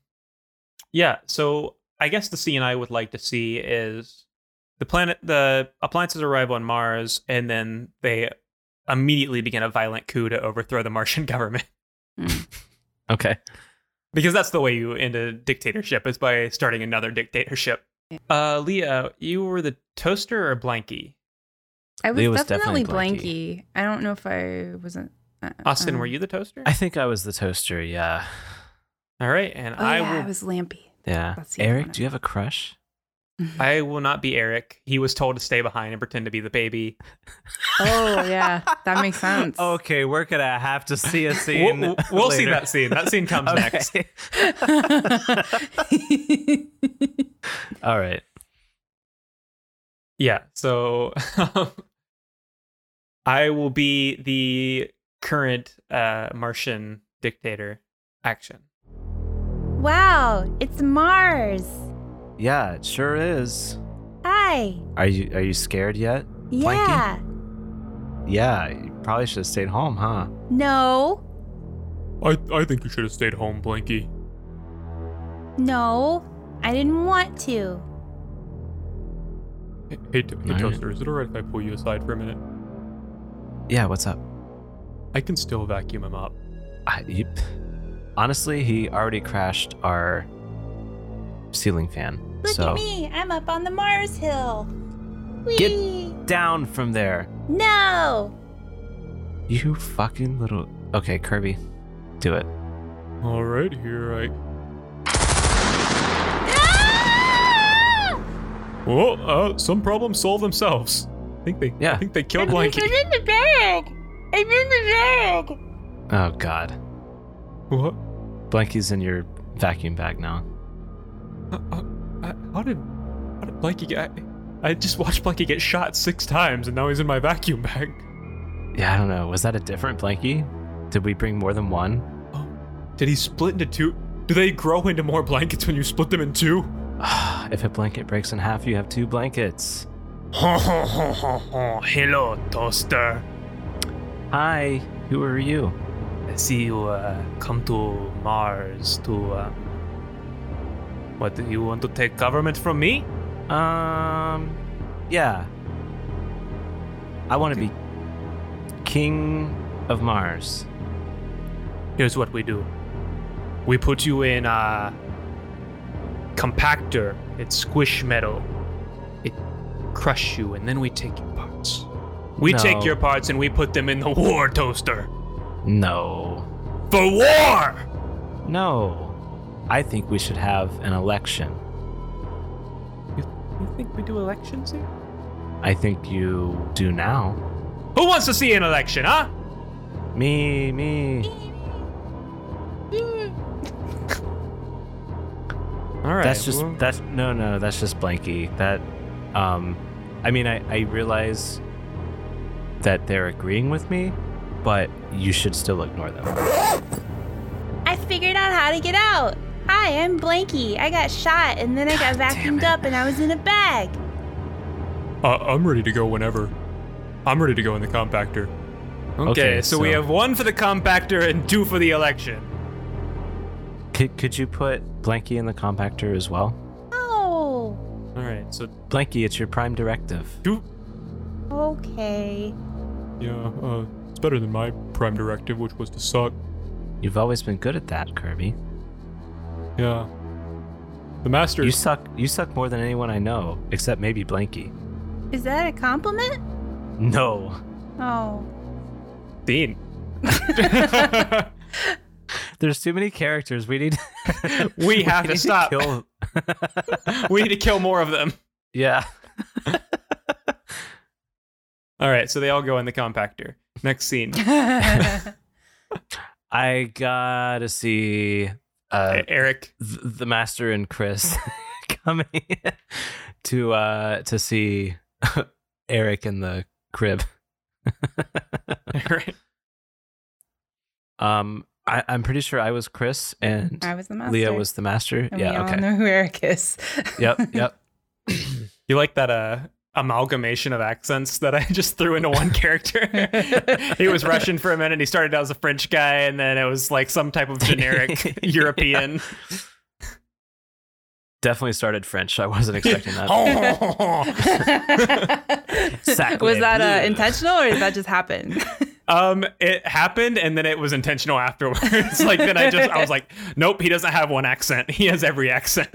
Speaker 3: yeah so i guess the scene i would like to see is the planet the appliances arrive on mars and then they immediately begin a violent coup to overthrow the martian government
Speaker 4: Okay.
Speaker 3: because that's the way you end a dictatorship is by starting another dictatorship uh leah you were the toaster or blankie
Speaker 2: I was,
Speaker 4: Leah was
Speaker 2: definitely,
Speaker 4: definitely
Speaker 2: blanky. I don't know if I wasn't. Uh,
Speaker 3: austin
Speaker 2: um,
Speaker 3: were you the toaster
Speaker 4: I think I was the toaster. Yeah.
Speaker 3: all right and
Speaker 2: Oh,
Speaker 3: i
Speaker 2: yeah,
Speaker 3: will
Speaker 2: I was Lampy.
Speaker 4: Yeah.
Speaker 2: Let's see if I
Speaker 4: Eric,
Speaker 2: wanna-
Speaker 4: do you have a crush?
Speaker 3: I will not be Eric. He was told to stay behind and pretend to be the baby.
Speaker 2: Oh yeah, that makes sense.
Speaker 4: Oh, Okay, we're going to have to see a
Speaker 3: We'll, we'll- we'll see that scene. That scene comes next.
Speaker 4: All right.
Speaker 3: Yeah. So I will be the current uh, Martian dictator. Action.
Speaker 1: Wow, it's Mars.
Speaker 4: Yeah, it sure is.
Speaker 1: Hi.
Speaker 4: Are you are you scared yet? Blanky?
Speaker 1: Yeah.
Speaker 4: Yeah, you probably should have stayed home, huh?
Speaker 1: No.
Speaker 3: I, I think you should have stayed home, Blanky.
Speaker 1: No. I didn't want to.
Speaker 3: Hey, hey,
Speaker 4: Alright. Toaster,
Speaker 3: is it alright if I pull you aside for a minute?
Speaker 4: Yeah, what's up?
Speaker 3: I can still vacuum him up.
Speaker 4: I, you, honestly, he already crashed our ceiling fan.
Speaker 1: Look
Speaker 4: so
Speaker 1: at me. I'm up on the Mars hill. Whee.
Speaker 4: Get- down from there.
Speaker 1: No.
Speaker 4: You fucking little. Okay, Kirby, do it.
Speaker 3: All right, here I.
Speaker 1: Ah!
Speaker 3: Well, uh, some problems solve themselves. I think they.
Speaker 4: Yeah.
Speaker 3: think they
Speaker 2: Ah!
Speaker 3: killed
Speaker 1: I'm in the bag. I'm in the bag.
Speaker 4: Oh God,
Speaker 3: What?
Speaker 4: Blanky's in your vacuum bag now.
Speaker 3: Uh, uh, uh, how did how did Blanky get? I, I just watched Blanky get shot six times, and now he's in my vacuum bag.
Speaker 4: Yeah, I don't know. Was that a different Blanky? Did we bring more than one?
Speaker 3: Did he split into two? Do they grow into more blankets when you split them in two?
Speaker 4: if a blanket breaks in half, you have two blankets.
Speaker 3: Hello, toaster.
Speaker 4: Hi, who are you?
Speaker 3: I see you uh, come to Mars to. Uh... What do you want to take government from me?
Speaker 4: Um, yeah. I want to be king of Mars.
Speaker 3: Here's what we do. We put you in a compactor. It's squish metal. It
Speaker 6: crush you, and then we take your parts. We take
Speaker 4: No.
Speaker 6: your parts and we put them in the war toaster
Speaker 4: No.
Speaker 6: for war.
Speaker 4: No. I think we should have an election.
Speaker 3: You think we do elections here?
Speaker 4: I think you do now.
Speaker 6: Who wants to see an election, huh?
Speaker 4: Me, me.
Speaker 3: All right.
Speaker 4: That's just
Speaker 3: well,
Speaker 4: that's no, no. That's just blanky. That, um, I mean, I I realize that they're agreeing with me, but you should still ignore them.
Speaker 2: I figured out how to get out. Hi, I'm Blanky. I got shot and then I got vacuumed up and I was in a bag.
Speaker 6: Uh, I'm ready to go whenever. I'm ready to go in the compactor. Okay,
Speaker 4: Okay,
Speaker 6: so, we
Speaker 4: so-
Speaker 6: have one for the compactor and two for the election.
Speaker 4: Could could you put Blanky in the compactor as well?
Speaker 2: Oh,
Speaker 3: all right. So
Speaker 4: Blanky, it's your prime directive.
Speaker 6: Two.
Speaker 2: okay.
Speaker 6: Yeah, uh, it's better than my prime directive, which was to suck.
Speaker 4: You've always been good at that, Kirby.
Speaker 6: Yeah. The master.
Speaker 4: You suck. You suck more than anyone I know, except maybe Blanky.
Speaker 2: Is that a compliment?
Speaker 4: No,
Speaker 2: Oh.
Speaker 3: Dean.
Speaker 4: there's too many characters. We need.
Speaker 3: We have to
Speaker 4: need
Speaker 3: stop.
Speaker 4: kill-
Speaker 3: we need to kill more of them.
Speaker 4: yeah.
Speaker 3: All right. So they all go in the compactor. Next scene.
Speaker 4: I gotta see uh,
Speaker 3: E- Eric.
Speaker 4: th- the master and Chris coming to uh, to see Eric in the crib.
Speaker 3: Eric.
Speaker 4: Um, I- I'm pretty sure I was Chris and
Speaker 2: I was the master.
Speaker 4: Leah was the master.
Speaker 2: And we
Speaker 4: yeah.
Speaker 2: all
Speaker 4: Okay.
Speaker 2: know who Eric is.
Speaker 4: Yep. Yep.
Speaker 3: You like that uh amalgamation of accents that I just threw into one character? he was Russian for a minute. He started out as a French guy, and then it was like some type of generic European.
Speaker 4: Definitely started French. I wasn't expecting that.
Speaker 6: Oh.
Speaker 3: um,
Speaker 2: was that uh, intentional or did that just happen?
Speaker 3: Um, it happened, and then it was intentional afterwards. like then I just I was like, nope, he doesn't have one accent. He has every accent.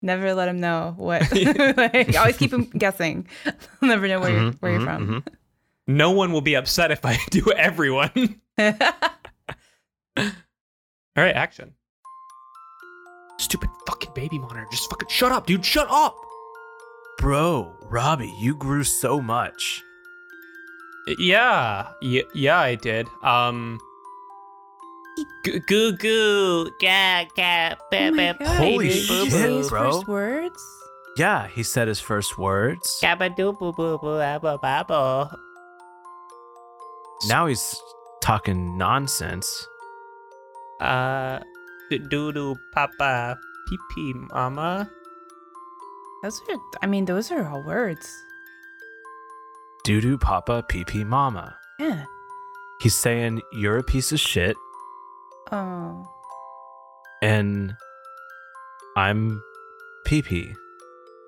Speaker 2: Never let him know what. like, always keep him guessing. They'll never know where, you're,
Speaker 4: Mhm,
Speaker 2: where you're
Speaker 4: mhm,
Speaker 2: from.
Speaker 4: mhm.
Speaker 3: No one will be upset if I do everyone.
Speaker 4: mm-hmm.
Speaker 3: All right, action.
Speaker 6: Stupid fucking baby monitor. Just fucking shut up, dude. Shut up.
Speaker 4: Bro, Robbie, you grew so much.
Speaker 3: Yeah, y- yeah, I did. Um, g- goo goo, ga ga,
Speaker 6: Oh
Speaker 3: ba ba,
Speaker 2: Oh
Speaker 4: Holy
Speaker 2: did you
Speaker 4: shit,
Speaker 2: say his
Speaker 4: bro.
Speaker 2: First words.
Speaker 4: Yeah, he said his first words.
Speaker 3: gabba doo boo boo boo, abba babba.
Speaker 4: Now he's talking nonsense.
Speaker 3: Uh, doo doo, papa, pee pee, mama.
Speaker 2: Those are. I mean, those are all words.
Speaker 4: Doo doo papa pee pee mama.
Speaker 2: Yeah.
Speaker 4: He's saying you're a piece of shit
Speaker 2: Oh.
Speaker 4: and I'm pee pee.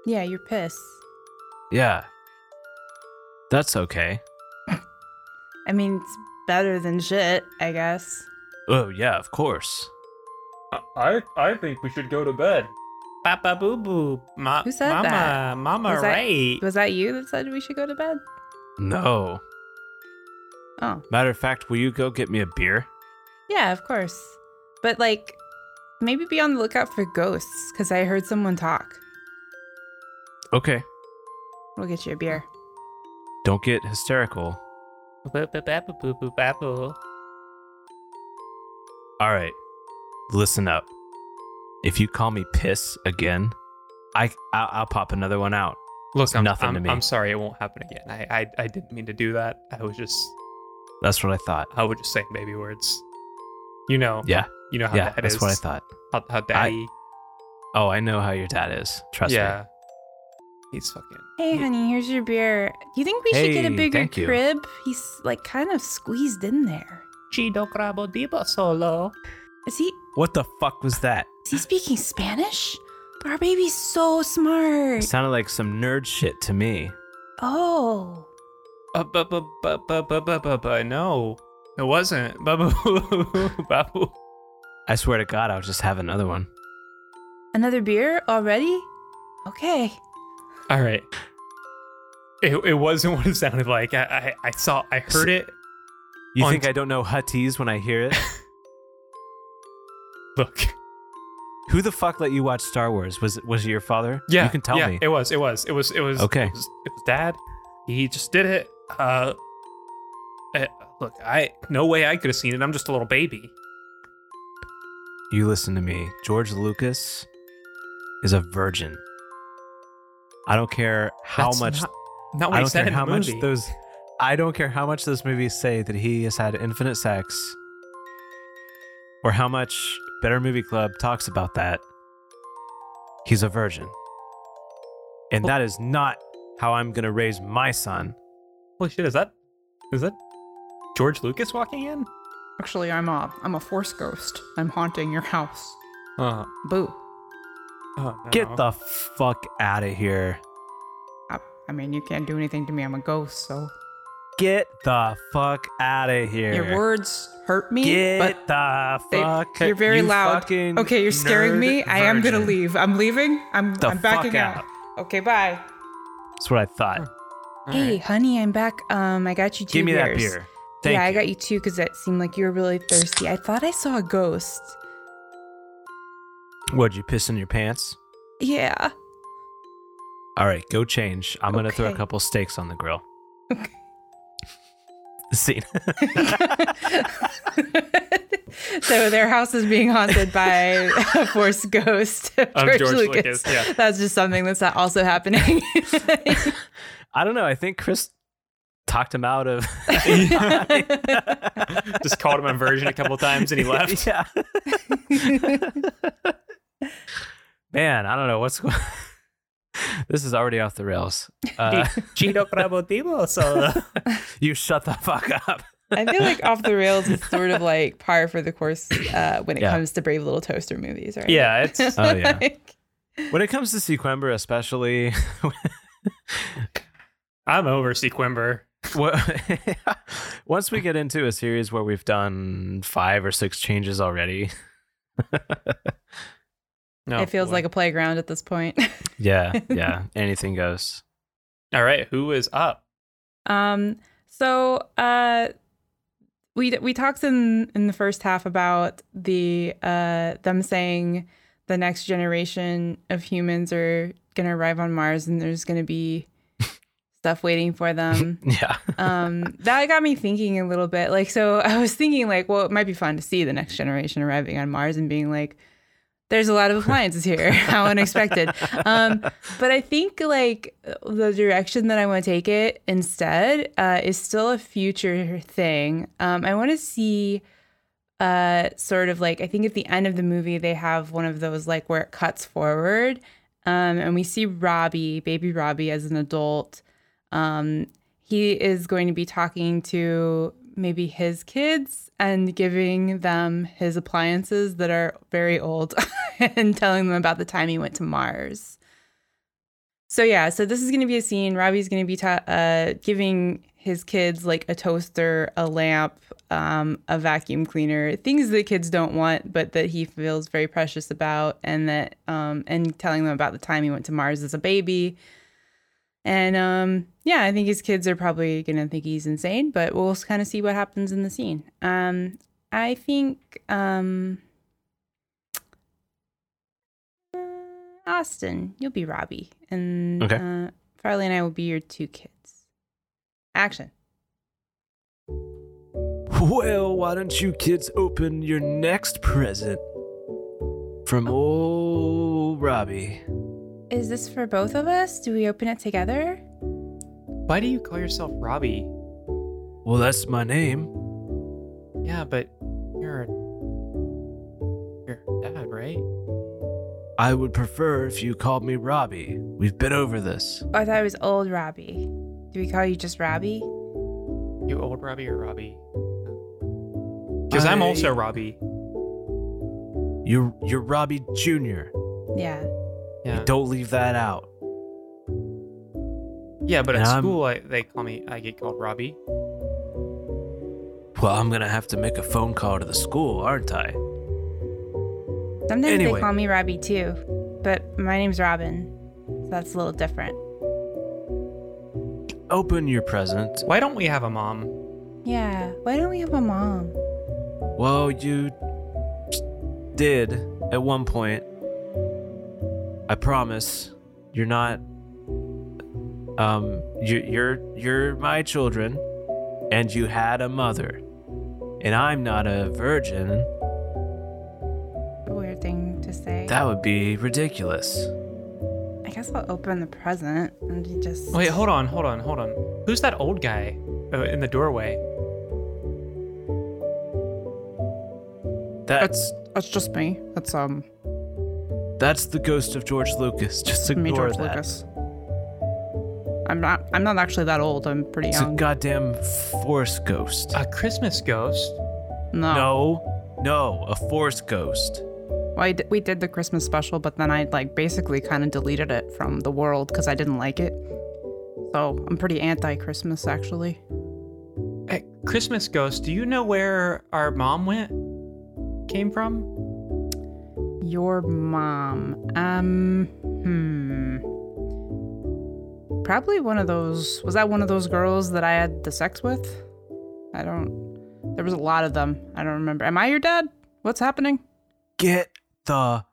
Speaker 2: Yeah, you're pissed.
Speaker 4: Yeah. That's okay.
Speaker 2: I mean, it's better than shit, I guess.
Speaker 4: Oh yeah, of course.
Speaker 3: I I think we should go to bed. Papa boo boo, ma-
Speaker 2: Who said
Speaker 3: mama,
Speaker 2: that?
Speaker 3: mama,
Speaker 2: Was that-
Speaker 3: right?
Speaker 2: Was that you that said we should go to bed?
Speaker 4: No.
Speaker 2: Oh.
Speaker 4: Matter of fact, will you go get me a beer?
Speaker 2: Yeah, of course. But like, maybe be on the lookout for ghosts because I heard someone talk.
Speaker 4: Okay.
Speaker 2: We'll get you a beer.
Speaker 4: Don't get hysterical. All right, listen up. If you call me piss again, I I'll, I'll pop another one out.
Speaker 3: Look, I'm,
Speaker 4: nothing
Speaker 3: I'm,
Speaker 4: to me.
Speaker 3: I'm sorry, it won't happen again. I, I I didn't mean to do that. I was just
Speaker 4: That's what I thought.
Speaker 3: I was just saying baby words. You know,
Speaker 4: Yeah,
Speaker 3: you know how
Speaker 4: yeah,
Speaker 3: Oh, that
Speaker 4: that's
Speaker 3: is.
Speaker 4: what I thought.
Speaker 3: How, how daddy.
Speaker 4: Oh, I know how your dad is. Trust
Speaker 3: yeah.
Speaker 4: me.
Speaker 3: He's fucking.
Speaker 2: Hey, honey, here's your beer. Do you think we should get a
Speaker 4: Hey,
Speaker 2: bigger
Speaker 4: thank you.
Speaker 2: crib? He's like kind of squeezed in there.
Speaker 3: Chido crabo diba solo.
Speaker 2: Is he?
Speaker 4: What the fuck was that?
Speaker 2: Is he speaking Spanish? But our baby's so smart.
Speaker 4: It sounded like some nerd shit to me.
Speaker 2: Oh,
Speaker 3: Uh, bu- bu- bu- bu- bu- bu- bu- bu- no, it wasn't. Bu- bu- bu- bu- bu- bu-
Speaker 4: I swear to God, I'll just have another one.
Speaker 2: another beer already? Okay.
Speaker 7: All right. It, it wasn't what it sounded like. I, I, I saw, I heard it.
Speaker 4: You
Speaker 7: On
Speaker 4: think
Speaker 7: t-
Speaker 4: I don't know Huttese when I hear it?
Speaker 7: Look.
Speaker 4: Who the fuck let you watch Star Wars? Was it was it your father?
Speaker 7: Yeah.
Speaker 4: you can tell
Speaker 7: yeah,
Speaker 4: me.
Speaker 7: It was, it was, it was, it was.
Speaker 4: Okay.
Speaker 7: It was, it was dad. He just did it. Uh, eh, look, I, no way I could have seen it. I'm just a little baby.
Speaker 4: You listen to me. George Lucas is a virgin. I don't care how
Speaker 7: That's
Speaker 4: much.
Speaker 7: Not, not what
Speaker 4: I
Speaker 7: he
Speaker 4: don't
Speaker 7: said
Speaker 4: care
Speaker 7: in the
Speaker 4: how much
Speaker 7: movie.
Speaker 4: those. I don't care how much those movies say that he has had infinite sex, or how much Better Movie Club talks about that. He's a virgin, and that is not how I'm going to raise my son.
Speaker 7: Holy shit! Is that, is that George Lucas walking in?
Speaker 2: Actually, I'm a I'm a force ghost. I'm haunting your house.
Speaker 7: Uh,
Speaker 2: Boo.
Speaker 7: oh, no.
Speaker 4: Get the fuck out of here.
Speaker 2: I, I mean, you can't do anything to me. I'm a ghost, so
Speaker 4: Get the fuck out of here.
Speaker 2: your words hurt me.
Speaker 4: Get
Speaker 2: but
Speaker 4: the
Speaker 2: they,
Speaker 4: fuck.
Speaker 2: you're very
Speaker 4: you
Speaker 2: loud.
Speaker 4: fucking
Speaker 2: Okay, you're scaring
Speaker 4: nerd
Speaker 2: me. I am gonna
Speaker 4: virgin.
Speaker 2: leave. I'm leaving. I'm
Speaker 4: The
Speaker 2: I'm backing
Speaker 4: fuck
Speaker 2: out.
Speaker 4: out.
Speaker 2: Okay, bye.
Speaker 4: That's what I thought.
Speaker 2: Hey, honey, I'm back. Um, I got you two
Speaker 4: Give me that
Speaker 2: beers.
Speaker 4: beer. Thank
Speaker 2: yeah,
Speaker 4: you.
Speaker 2: I got you two because that seemed like you were really thirsty. I thought I saw a ghost.
Speaker 4: What'd you piss in your pants?
Speaker 2: Yeah.
Speaker 4: All right, go change. I'm gonna throw a
Speaker 2: Okay.
Speaker 4: couple steaks on the grill. Scene.
Speaker 2: so their house is being haunted by a forced ghost of,
Speaker 7: Of
Speaker 2: George,
Speaker 7: George
Speaker 2: Lucas.
Speaker 7: Lucas, yeah.
Speaker 2: That's just something that's not also happening.
Speaker 4: I don't know. I think Chris talked him out of.
Speaker 7: Just called him a virgin a couple times and he left.
Speaker 4: yeah. Man, I don't know what's going. this is already off the rails. Uh,
Speaker 7: Chino Crabotivo, so
Speaker 4: you shut the fuck up.
Speaker 2: I feel like off the rails is sort of like par for the course uh, when it
Speaker 4: Yeah.
Speaker 2: comes to Brave Little Toaster movies, right?
Speaker 7: yeah, it's
Speaker 4: Oh yeah.
Speaker 2: Like,
Speaker 4: When it comes to Sequember, especially,
Speaker 7: I'm over Sequimber.
Speaker 4: what, once we get into a series where we've done five or six changes already,
Speaker 7: No,
Speaker 4: Oh,
Speaker 2: it feels like a playground at this point.
Speaker 4: yeah, yeah, anything goes.
Speaker 7: All right, who is up?
Speaker 2: Um, so uh, we we talked in in the first half about the uh, them saying the next generation of humans are gonna arrive on Mars and there's gonna be stuff waiting for them.
Speaker 4: Yeah,
Speaker 2: um, that got me thinking a little bit. Like, so I was thinking, like, well, it might be fun to see the next generation arriving on Mars and being like, there's a lot of appliances here. How unexpected. Um, but I think, like, the direction that I want to take it instead uh, is still a future thing. Um, I want to see uh sort of like I think at the end of the movie they have one of those like where it cuts forward um and we see Robbie baby Robbie as an adult um he is going to be talking to maybe his kids and giving them his appliances that are very old and telling them about the time he went to Mars so yeah, so this is going to be a scene. Robbie's going to be ta- uh, giving his kids like a toaster, a lamp, um, a vacuum cleaner, things that kids don't want, but that he feels very precious about, and that um, and telling them about the time he went to Mars as a baby. And um, yeah, I think his kids are probably going to think he's insane, but we'll kind of see what happens in the scene. Um, I think um, uh, Austin, you'll be Robbie, and
Speaker 4: Okay.
Speaker 2: uh, Farley and I will be your two kids. Action.
Speaker 4: Well, why don't you kids open your next present from old Robbie?
Speaker 2: Is this for both of us? Do we open it together?
Speaker 7: Why do you call yourself Robbie?
Speaker 4: Well, that's my name.
Speaker 7: Yeah, but you're your dad, right?
Speaker 4: I would prefer if you called me Robbie. We've been over this.
Speaker 2: Oh, I thought it was old Robbie. Do we call you just Robbie?
Speaker 7: You old Robbie or Robbie? Because I'm
Speaker 4: I-
Speaker 7: also Robbie.
Speaker 4: You're you're Robbie Jr.
Speaker 2: Yeah.
Speaker 7: Yeah.
Speaker 4: Don't leave that out.
Speaker 7: Yeah, but at
Speaker 4: And I'm-
Speaker 7: school I, they call me I get called Robbie.
Speaker 4: Well, I'm gonna have to make a phone call to the school, aren't I?
Speaker 2: Sometimes
Speaker 4: Anyway.
Speaker 2: they call me Robbie too, but my name's Robin, so that's a little different.
Speaker 4: open your present.
Speaker 3: Why don't we have a mom?
Speaker 2: Yeah. Why don't we have a mom?
Speaker 4: Well, you did at one point. I promise, you're not. Um, you, you're you're my children, and you had a mother, and I'm not a virgin.
Speaker 2: A weird thing to say.
Speaker 4: That would be ridiculous.
Speaker 2: I guess I'll open the present and you just.
Speaker 3: Wait, hold on, hold on, hold on. Who's that old guy uh, in the doorway?
Speaker 4: That's
Speaker 2: That's just me. That's um
Speaker 4: that's the ghost of George Lucas. Just ignore
Speaker 2: me, George
Speaker 4: that.
Speaker 2: Lucas. I'm not. I'm not actually that old. I'm pretty
Speaker 4: It's a
Speaker 2: young. Uh,
Speaker 4: goddamn force ghost.
Speaker 3: A Christmas ghost?
Speaker 2: no.
Speaker 4: No, no, a force ghost.
Speaker 2: Well, I d- we did the Christmas special, but then I like basically kind of deleted it from the world because I didn't like it. So I'm pretty anti-Christmas actually.
Speaker 3: Uh, Christmas ghost, do you know where our mom went? Came from?
Speaker 2: Your mom. Um. Hmm. Probably one of those. Was that one of those girls that I had the sex with? I don't. There was a lot of them. I don't remember. Am I your dad? What's happening?
Speaker 4: Get the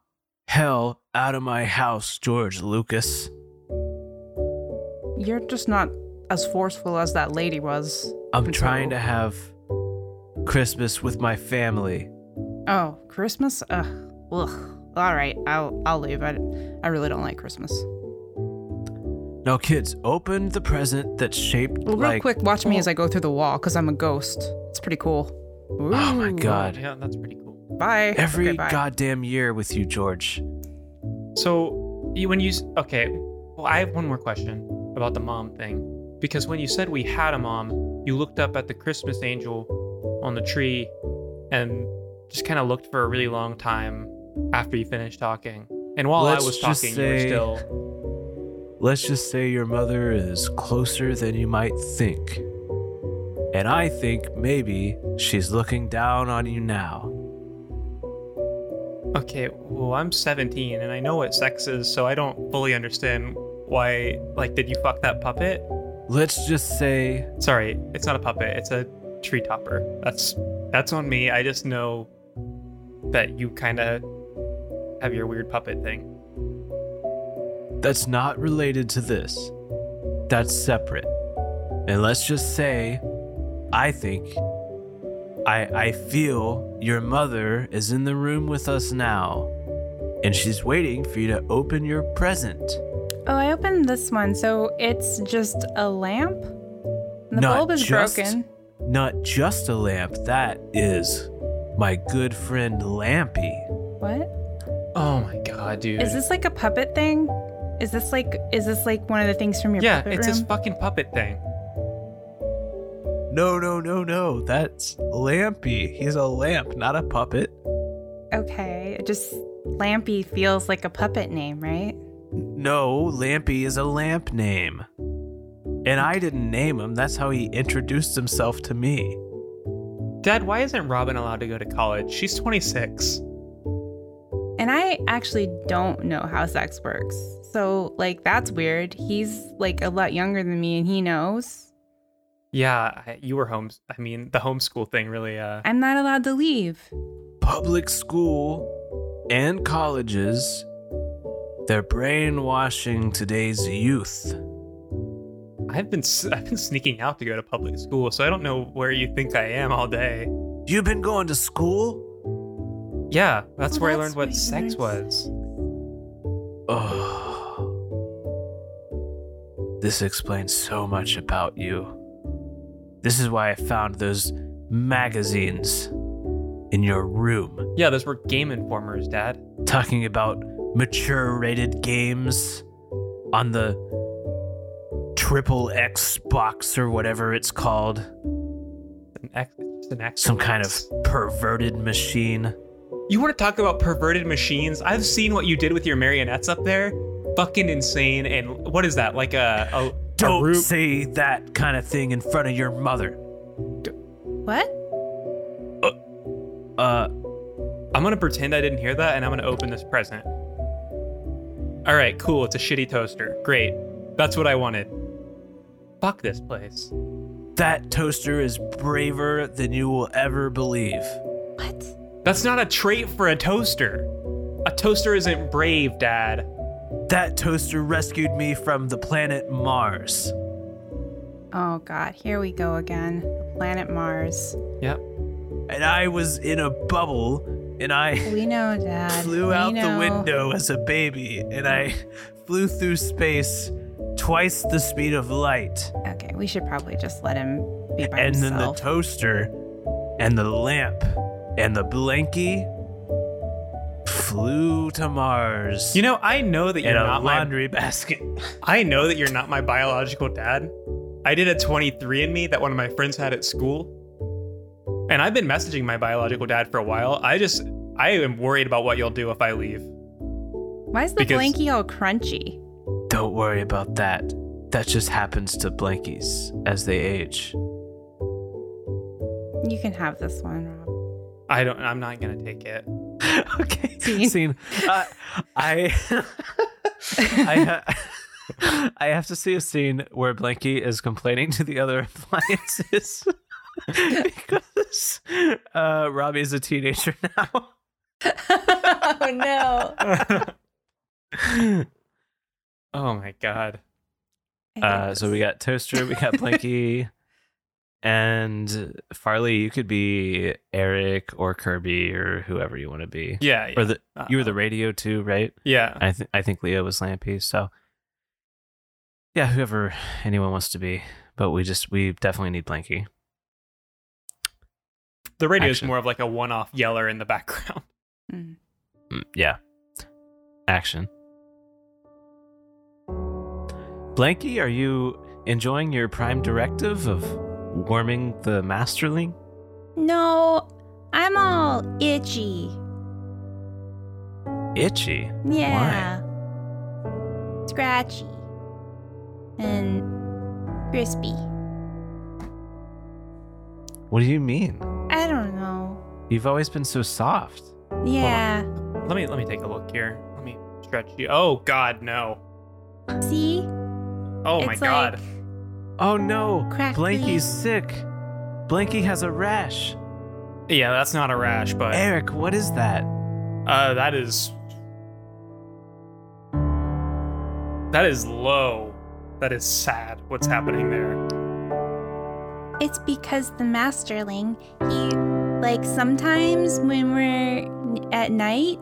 Speaker 4: hell out of my house, George Lucas.
Speaker 2: You're just not as forceful as that lady was.
Speaker 4: I'm
Speaker 2: It's
Speaker 4: trying to
Speaker 2: all-
Speaker 4: have Christmas with my family.
Speaker 2: Oh, Christmas? Ugh. Ugh. All right, I'll I'll leave. I, I really don't like Christmas.
Speaker 4: Now, kids, open the present that's shaped
Speaker 2: Well, real
Speaker 4: like.
Speaker 2: quick, watch me as I go through the wall because I'm a ghost. It's pretty cool.
Speaker 4: Oh my
Speaker 2: Ooh.
Speaker 4: god.
Speaker 3: Yeah, that's pretty cool.
Speaker 2: Bye.
Speaker 4: Every
Speaker 2: Okay, bye.
Speaker 4: goddamn year with you, George.
Speaker 3: So, you, when you. s- Okay, well, I have one more question about the mom thing. Because when you said we had a mom, you looked up at the Christmas angel on the tree and just kind of looked for a really long time after you finished talking. And while
Speaker 4: Let's
Speaker 3: I was
Speaker 4: just
Speaker 3: talking,
Speaker 4: say-
Speaker 3: you were still.
Speaker 4: Let's just say your mother is closer than you might think. And I think maybe she's looking down on you now.
Speaker 3: Okay, well, I'm 17 and I know what sex is, so I don't fully understand why. Like, did you fuck that puppet?
Speaker 4: Let's just say
Speaker 3: Sorry, it's not a puppet. It's a tree topper. That's that's on me. I just know that you kind of have your weird puppet thing.
Speaker 4: that's not related to this. That's separate. And let's just say I think I I feel your mother is in the room with us now. And she's waiting for you to open your present.
Speaker 2: Oh, I opened this one, so it's just a lamp. The
Speaker 4: Not
Speaker 2: bulb is
Speaker 4: just-
Speaker 2: broken.
Speaker 4: Not just a lamp, that is my good friend Lampy.
Speaker 2: What?
Speaker 3: Oh my god, dude.
Speaker 2: Is this like a puppet thing? Is this like is this like one of the things from your
Speaker 3: yeah,
Speaker 2: puppet
Speaker 3: it's
Speaker 2: room?
Speaker 3: this fucking puppet thing.
Speaker 4: No, no, no, no. That's Lampy. He's a lamp, not a puppet.
Speaker 2: okay, it just Lampy feels like a puppet name, right?
Speaker 4: No, Lampy is a lamp name. And I didn't name him. That's how he introduced himself to me.
Speaker 3: Dad, why isn't Robin allowed to go to college? She's 26.
Speaker 2: And I actually don't know how sex works. So like that's weird. He's like a lot younger than me and he knows.
Speaker 3: Yeah, I- you were homes. I mean, the homeschool thing really. uh
Speaker 2: I'm not allowed to leave.
Speaker 4: Public school and colleges, they're brainwashing today's youth.
Speaker 3: I've been s- I've been sneaking out to go to public school, so I don't know where you think I am all day.
Speaker 4: You've been going to school?
Speaker 3: Yeah, that's
Speaker 2: Oh,
Speaker 3: where
Speaker 2: that's
Speaker 3: I learned what
Speaker 2: where you
Speaker 3: sex
Speaker 2: learned
Speaker 3: was.
Speaker 4: Oh. This explains so much about you. This is why I found those magazines in your room.
Speaker 3: Yeah, those were Game Informers, Dad.
Speaker 4: talking about mature rated games on the triple X box or whatever it's called.
Speaker 3: An ex- just an ex-
Speaker 4: Some kind of perverted machine.
Speaker 3: You want to talk about perverted machines? I've seen what you did with your marionettes up there. Fucking insane. And what is that? Like a a, a
Speaker 4: Don't
Speaker 3: root?
Speaker 4: say that kind of thing in front of your mother.
Speaker 2: What?
Speaker 4: Uh,
Speaker 3: I'm gonna pretend I didn't hear that, and I'm gonna open this present. All right, cool. It's a shitty toaster. Great. That's what I wanted. Fuck this place.
Speaker 4: That toaster is braver than you will ever believe.
Speaker 2: What?
Speaker 3: That's not a trait for a toaster. A toaster isn't brave, Dad.
Speaker 4: That toaster rescued me from the planet Mars.
Speaker 2: Oh god, here we go again. Planet Mars.
Speaker 3: Yep.
Speaker 4: And I was in a bubble and I
Speaker 2: We know, Dad.
Speaker 4: flew
Speaker 2: We
Speaker 4: out the
Speaker 2: know.
Speaker 4: window as a baby and I flew through space twice the speed of light.
Speaker 2: Okay, we should probably just let him be by
Speaker 4: and then the
Speaker 2: himself.
Speaker 4: toaster and the lamp and the blankie flew to Mars
Speaker 3: You know, I know that you're
Speaker 4: in a
Speaker 3: not my
Speaker 4: laundry basket.
Speaker 3: I know that you're not my biological dad. I did a 23andMe that one of my friends had at school. And I've been messaging my biological dad for a while. I just, I am worried about what you'll do if I leave.
Speaker 2: Why is the
Speaker 3: because-
Speaker 2: blankie all crunchy?
Speaker 4: Don't worry about that. That just happens to blankies as they age.
Speaker 2: You can have this one, Rob.
Speaker 3: I don't, I'm not going to take it.
Speaker 4: okay.
Speaker 2: Scene.
Speaker 4: Scene. Uh, I I, ha- I have to see a scene where Blanky is complaining to the other appliances because uh, Robbie is a teenager now.
Speaker 2: oh no.
Speaker 3: Oh my God.
Speaker 4: Uh, so we got Toaster, we got Blanky, and Farley. You could be Eric or Kirby or whoever you want to be.
Speaker 3: Yeah.
Speaker 4: Or the
Speaker 3: yeah.
Speaker 4: you were the radio too, right?
Speaker 3: yeah.
Speaker 4: I think I think Leo was Lampy. So yeah, whoever anyone wants to be, but we just we definitely need Blanky.
Speaker 3: The radio is
Speaker 4: action.
Speaker 3: more of like a one off yeller in the background.
Speaker 2: Mm.
Speaker 4: Mm, yeah, action. Blanky, are you enjoying your prime directive of warming the masterling?
Speaker 2: No, I'm all itchy.
Speaker 4: Itchy.
Speaker 2: Yeah. Scratchy. And crispy.
Speaker 4: What do you mean?
Speaker 2: I don't know.
Speaker 4: You've always been so soft.
Speaker 2: Yeah.
Speaker 3: Let me, let me take a look here. Let me stretch you. Oh God, no.
Speaker 2: See?
Speaker 3: Oh my
Speaker 2: it's
Speaker 3: God.
Speaker 2: like
Speaker 4: Oh no,
Speaker 2: Crackly.
Speaker 4: Blanky's sick. Blanky has a rash.
Speaker 3: Yeah, that's not a rash, but
Speaker 4: Eric, what is that?
Speaker 3: Uh, that is. That is low. That is sad. What's happening there?
Speaker 2: It's because the masterling, he, like, sometimes when we're n- at night,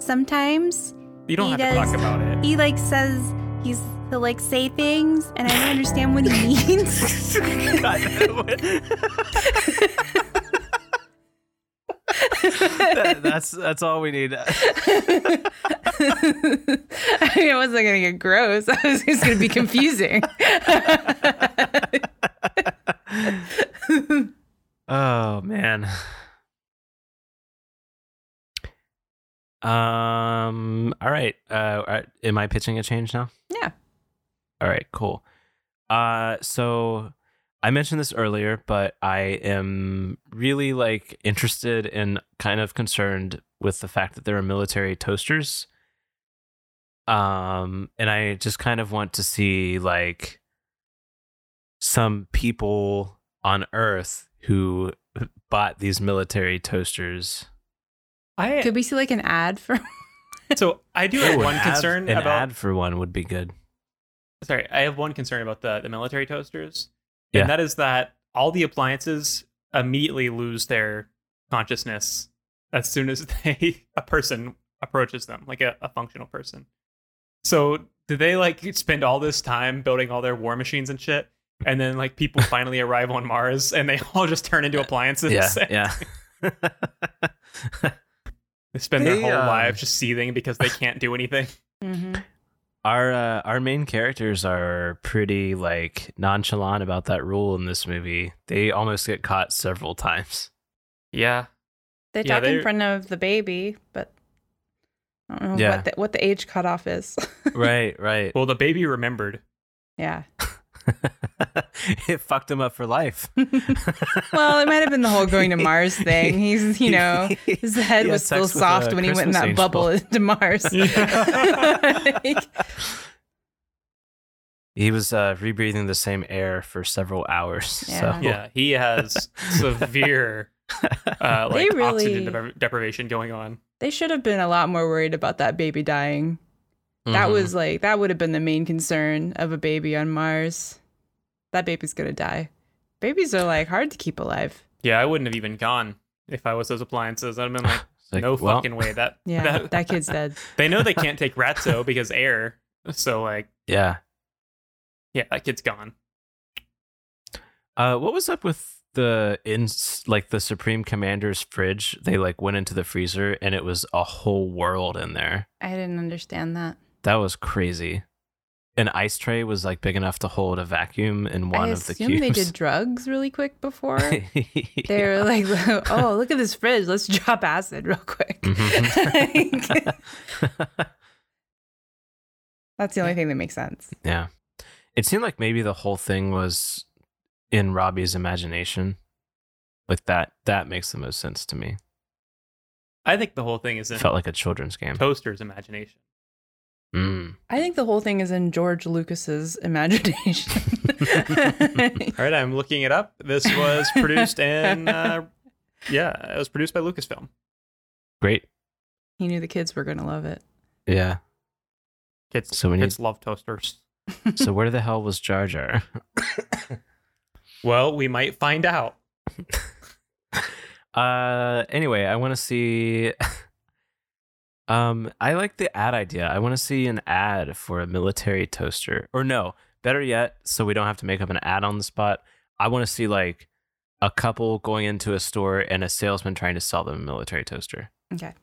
Speaker 2: sometimes
Speaker 3: You don't
Speaker 2: He
Speaker 3: have to
Speaker 2: does-
Speaker 3: talk about it.
Speaker 2: he, like, says, he's, he'll, like, say things, and I don't understand what he means.
Speaker 4: That- that's that's all we need.
Speaker 2: I mean, I wasn't going to get gross. I was just going to be confusing.
Speaker 4: oh man. Um. All right. Uh. all right. Am I pitching a change now?
Speaker 2: Yeah.
Speaker 4: All right. Cool. Uh. So I mentioned this earlier, but I am really like interested and kind of concerned with the fact that there are military toasters. Um. And I just kind of want to see like some people on Earth who bought these military toasters.
Speaker 3: I
Speaker 2: Could we see, like, an ad for
Speaker 3: so I do have one concern
Speaker 4: an
Speaker 3: about.
Speaker 4: ad for one would be good.
Speaker 3: Sorry, I have one concern about the the military toasters,
Speaker 4: Yeah.
Speaker 3: and that is that all the appliances immediately lose their consciousness as soon as they a person approaches them, like a, a functional person. So do they like spend all this time building all their war machines and shit, and then like people finally arrive on Mars and they all just turn into appliances?
Speaker 4: Yeah, yeah.
Speaker 3: They spend
Speaker 4: They,
Speaker 3: their whole
Speaker 4: um,
Speaker 3: lives just seething because they can't do anything.
Speaker 4: Mm-hmm. our uh, our main characters are pretty like nonchalant about that rule in this movie. They almost get caught several times.
Speaker 3: Yeah.
Speaker 2: They
Speaker 3: Yeah,
Speaker 2: talk
Speaker 3: they're-
Speaker 2: in front of the baby, but I don't know
Speaker 4: Yeah.
Speaker 2: what the, what the age cutoff is.
Speaker 4: Right, right.
Speaker 3: Well, the baby remembered.
Speaker 2: yeah.
Speaker 4: it fucked him up for life.
Speaker 2: Well, it might have been the whole going to Mars thing. He's, you know, his head
Speaker 4: He had
Speaker 2: was still
Speaker 4: sex with
Speaker 2: soft
Speaker 4: a
Speaker 2: when he went in
Speaker 4: Christmas
Speaker 2: that
Speaker 4: angel.
Speaker 2: bubble into Mars.
Speaker 3: Yeah.
Speaker 2: Like,
Speaker 4: He was uh, rebreathing the same air for several hours.
Speaker 2: Yeah.
Speaker 4: So
Speaker 3: Yeah, he has severe uh,
Speaker 2: They
Speaker 3: like oxygen
Speaker 2: really-
Speaker 3: depri- deprivation going on.
Speaker 2: They should have been a lot more worried about that baby dying. That
Speaker 3: Mm-hmm.
Speaker 4: Mhm.
Speaker 2: was like that would have been the main concern of a baby on Mars. That baby's gonna die. Babies are like hard to keep alive.
Speaker 3: Yeah, I wouldn't have even gone if I was those appliances. I'd have been like,
Speaker 4: It's like,
Speaker 3: no
Speaker 4: well,
Speaker 3: fucking way. That
Speaker 2: Yeah,
Speaker 3: that-
Speaker 2: that kid's dead.
Speaker 3: they know they can't take Ratso because air. So like,
Speaker 4: Yeah.
Speaker 3: yeah, that kid's gone.
Speaker 4: Uh, what was up with the in like the Supreme Commander's fridge? They like went into the freezer and it was a whole world in there.
Speaker 2: I didn't understand that.
Speaker 4: That was crazy. An ice tray was like big enough to hold a vacuum in one
Speaker 2: I
Speaker 4: of the
Speaker 2: assume
Speaker 4: cubes.
Speaker 2: they did drugs really quick before. They
Speaker 4: Yeah.
Speaker 2: were like, "Oh, look at this fridge. Let's drop acid real quick."
Speaker 4: Mhm.
Speaker 2: Like, that's the only thing that makes sense.
Speaker 4: yeah. It seemed like maybe the whole thing was in Robbie's imagination. Like that that makes the most sense to me.
Speaker 3: I think the whole thing is in
Speaker 4: It felt like a children's game.
Speaker 3: Toaster's imagination.
Speaker 4: Mm.
Speaker 2: I think the whole thing is in George Lucas's imagination.
Speaker 3: All right, I'm looking it up. This was produced and uh, yeah, it was produced by Lucasfilm.
Speaker 4: Great.
Speaker 2: he knew the kids were going to love it.
Speaker 4: Yeah.
Speaker 3: Kids,
Speaker 4: So
Speaker 3: so
Speaker 4: we need-
Speaker 3: kids love toasters.
Speaker 4: so where the hell was Jar Jar?
Speaker 3: Well, we might find out.
Speaker 4: Uh, anyway, I want to see. um, I like the ad idea. I want to see an ad for a military toaster, or no, better yet, so we don't have to make up an ad on the spot. I want to see like a couple going into a store and a salesman trying to sell them a military toaster.
Speaker 2: Okay.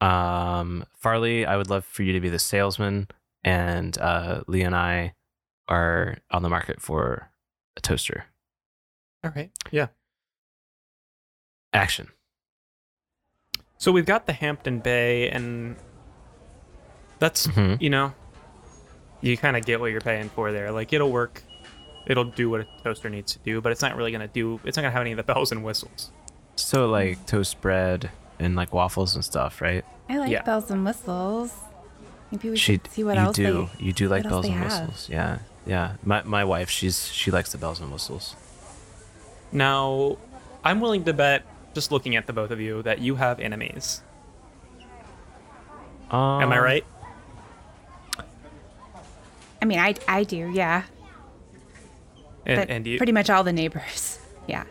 Speaker 4: Um, Farley, I would love for you to be the salesman, and uh, Lee and I are on the market for a toaster.
Speaker 3: All right, yeah.
Speaker 4: Action.
Speaker 3: So we've got the Hampton Bay, and that's
Speaker 4: Mhm.
Speaker 3: you know, you kind of get what you're paying for there. Like it'll work, it'll do what a toaster needs to do, but it's not really gonna do. It's not gonna have any of the bells and whistles.
Speaker 4: So like toast bread and like waffles and stuff, right?
Speaker 2: I like
Speaker 3: Yeah.
Speaker 2: bells and whistles. Maybe we
Speaker 4: She
Speaker 2: should see what
Speaker 4: you
Speaker 2: else
Speaker 4: do.
Speaker 2: they-
Speaker 4: you do like
Speaker 2: what
Speaker 4: bells
Speaker 2: else they
Speaker 4: and
Speaker 2: have.
Speaker 4: whistles. Yeah. Yeah. My my wife, she's she likes the bells and whistles.
Speaker 3: Now, I'm willing to bet, just looking at the both of you, that you have enemies.
Speaker 4: Um,
Speaker 3: Am I right?
Speaker 2: I mean, I, I do, yeah.
Speaker 3: And,
Speaker 2: But
Speaker 3: and you,
Speaker 2: pretty much all the neighbors. Yeah.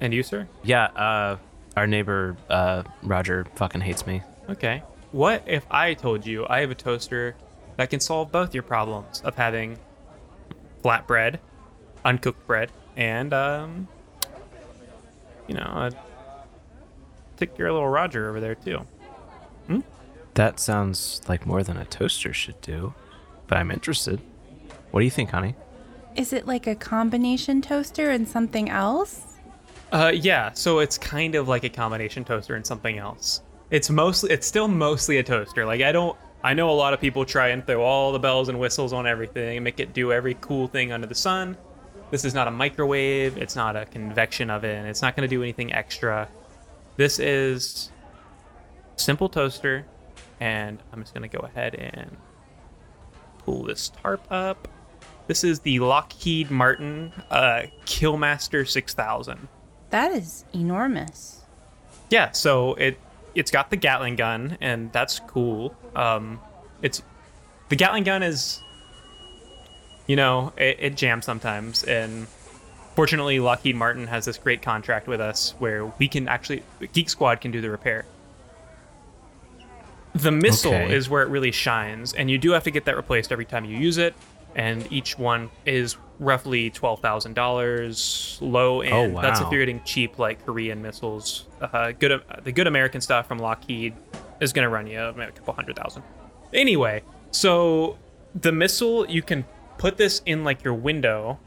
Speaker 3: and you, sir.
Speaker 4: Yeah, uh our neighbor uh Roger fucking hates me.
Speaker 3: Okay. What if I told you I have a toaster that can solve both your problems of having flat bread, uncooked bread, and um, you know, uh, take your little Roger over there too.
Speaker 4: That sounds like more than a toaster should do, but I'm interested. What do you think, honey?
Speaker 2: Is it like a combination toaster and something else?
Speaker 3: Uh, yeah. So it's kind of like a combination toaster and something else. It's mostly, it's still mostly a toaster. Like I don't, I know a lot of people try and throw all the bells and whistles on everything and make it do every cool thing under the sun. This is not a microwave. It's not a convection oven. It's not going to do anything extra. This is simple toaster, and I'm just going to go ahead and pull this tarp up. This is the Lockheed Martin uh, Killmaster 6000.
Speaker 2: That is enormous.
Speaker 3: Yeah, so it it's got the Gatling gun, and that's cool. Um, it's the Gatling gun is, you know, it, it jams sometimes, and fortunately, Lockheed Martin has this great contract with us where we can actually Geek Squad can do the repair. The missile
Speaker 4: Okay.
Speaker 3: is where it really shines, and you do have to get that replaced every time you use it, and each one is roughly twelve thousand dollars low and
Speaker 4: Oh,
Speaker 3: that's if
Speaker 4: wow.
Speaker 3: you're getting cheap like Korean missiles. Uh, good, the good American stuff from Lockheed is going to run you maybe a couple hundred thousand. Anyway, so the missile you can put this in like your window,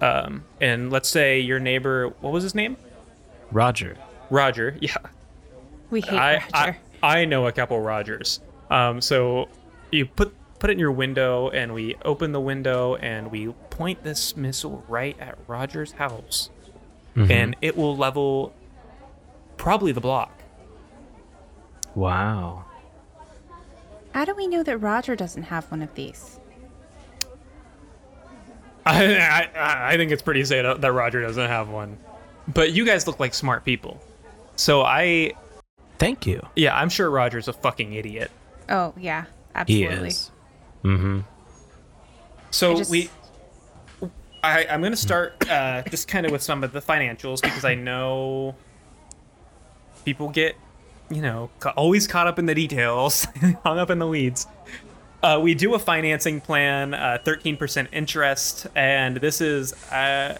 Speaker 3: um, and let's say your neighbor, what was his name?
Speaker 4: Roger.
Speaker 3: Roger. Yeah,
Speaker 2: We hate
Speaker 3: I,
Speaker 2: Roger.
Speaker 3: I I know a couple Rogers. Um, so you put put it in your window, and we open the window, and we point this missile right at Roger's house, and it will level probably the block.
Speaker 4: Wow.
Speaker 2: How do we know that Roger doesn't have one of these?
Speaker 3: I, I, I think it's pretty sad that Roger doesn't have one. But you guys look like smart people. So I,
Speaker 4: Thank you.
Speaker 3: yeah, I'm sure Roger's a fucking idiot.
Speaker 2: Oh yeah,
Speaker 4: He
Speaker 2: absolutely.
Speaker 4: is. Mm-hmm.
Speaker 3: So
Speaker 2: I just-
Speaker 3: we, I, I'm gonna start uh, just kind of with some of the financials because I know people get, you know, ca- always caught up in the details, hung up in the weeds. Uh, we do a financing plan, uh, 13% interest, and this is uh,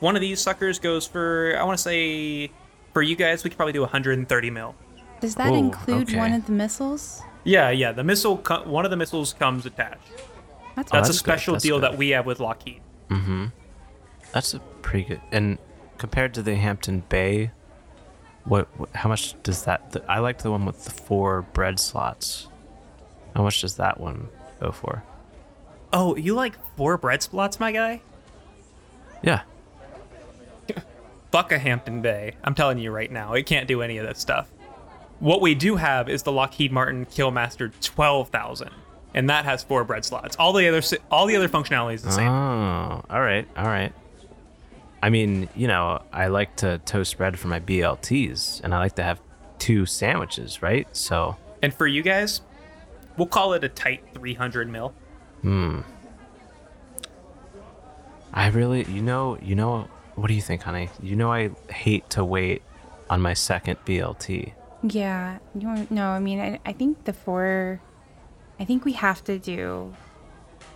Speaker 3: one of these suckers goes for I want to say for you guys we could probably do 130 mil.
Speaker 2: Does that
Speaker 4: Whoa,
Speaker 2: include
Speaker 4: okay.
Speaker 2: one of the missiles?
Speaker 3: Yeah, yeah. The missile, co- one of the missiles comes attached. That's,
Speaker 4: Oh,
Speaker 2: That's,
Speaker 3: a
Speaker 4: that's good,
Speaker 3: special
Speaker 4: that's
Speaker 3: deal
Speaker 4: good.
Speaker 3: that we have with Lockheed.
Speaker 4: That's a pretty good. And compared to the Hampton Bay, what, what how much does that? The, I liked the one with the four bread slots. How much does that one go for?
Speaker 3: Oh, you like four bread spots, my guy?
Speaker 4: Yeah.
Speaker 3: Fuck a Hampton Bay. I'm telling you right now, it can't do any of that stuff. What we do have is the Lockheed Martin Killmaster 12,000, and that has four bread slots. All the other si- all the other functionality is the same.
Speaker 4: Oh, all right, all right. I mean, you know, I like to toast bread for my BLTs, and I like to have two sandwiches, right? So,
Speaker 3: And for you guys, we'll call it a tight 300 mil.
Speaker 4: I really, you know, you know, what do you think, honey? You know, I hate to wait on my second BLT.
Speaker 2: yeah. You want- no, I mean, I, I think the four. I think we have to do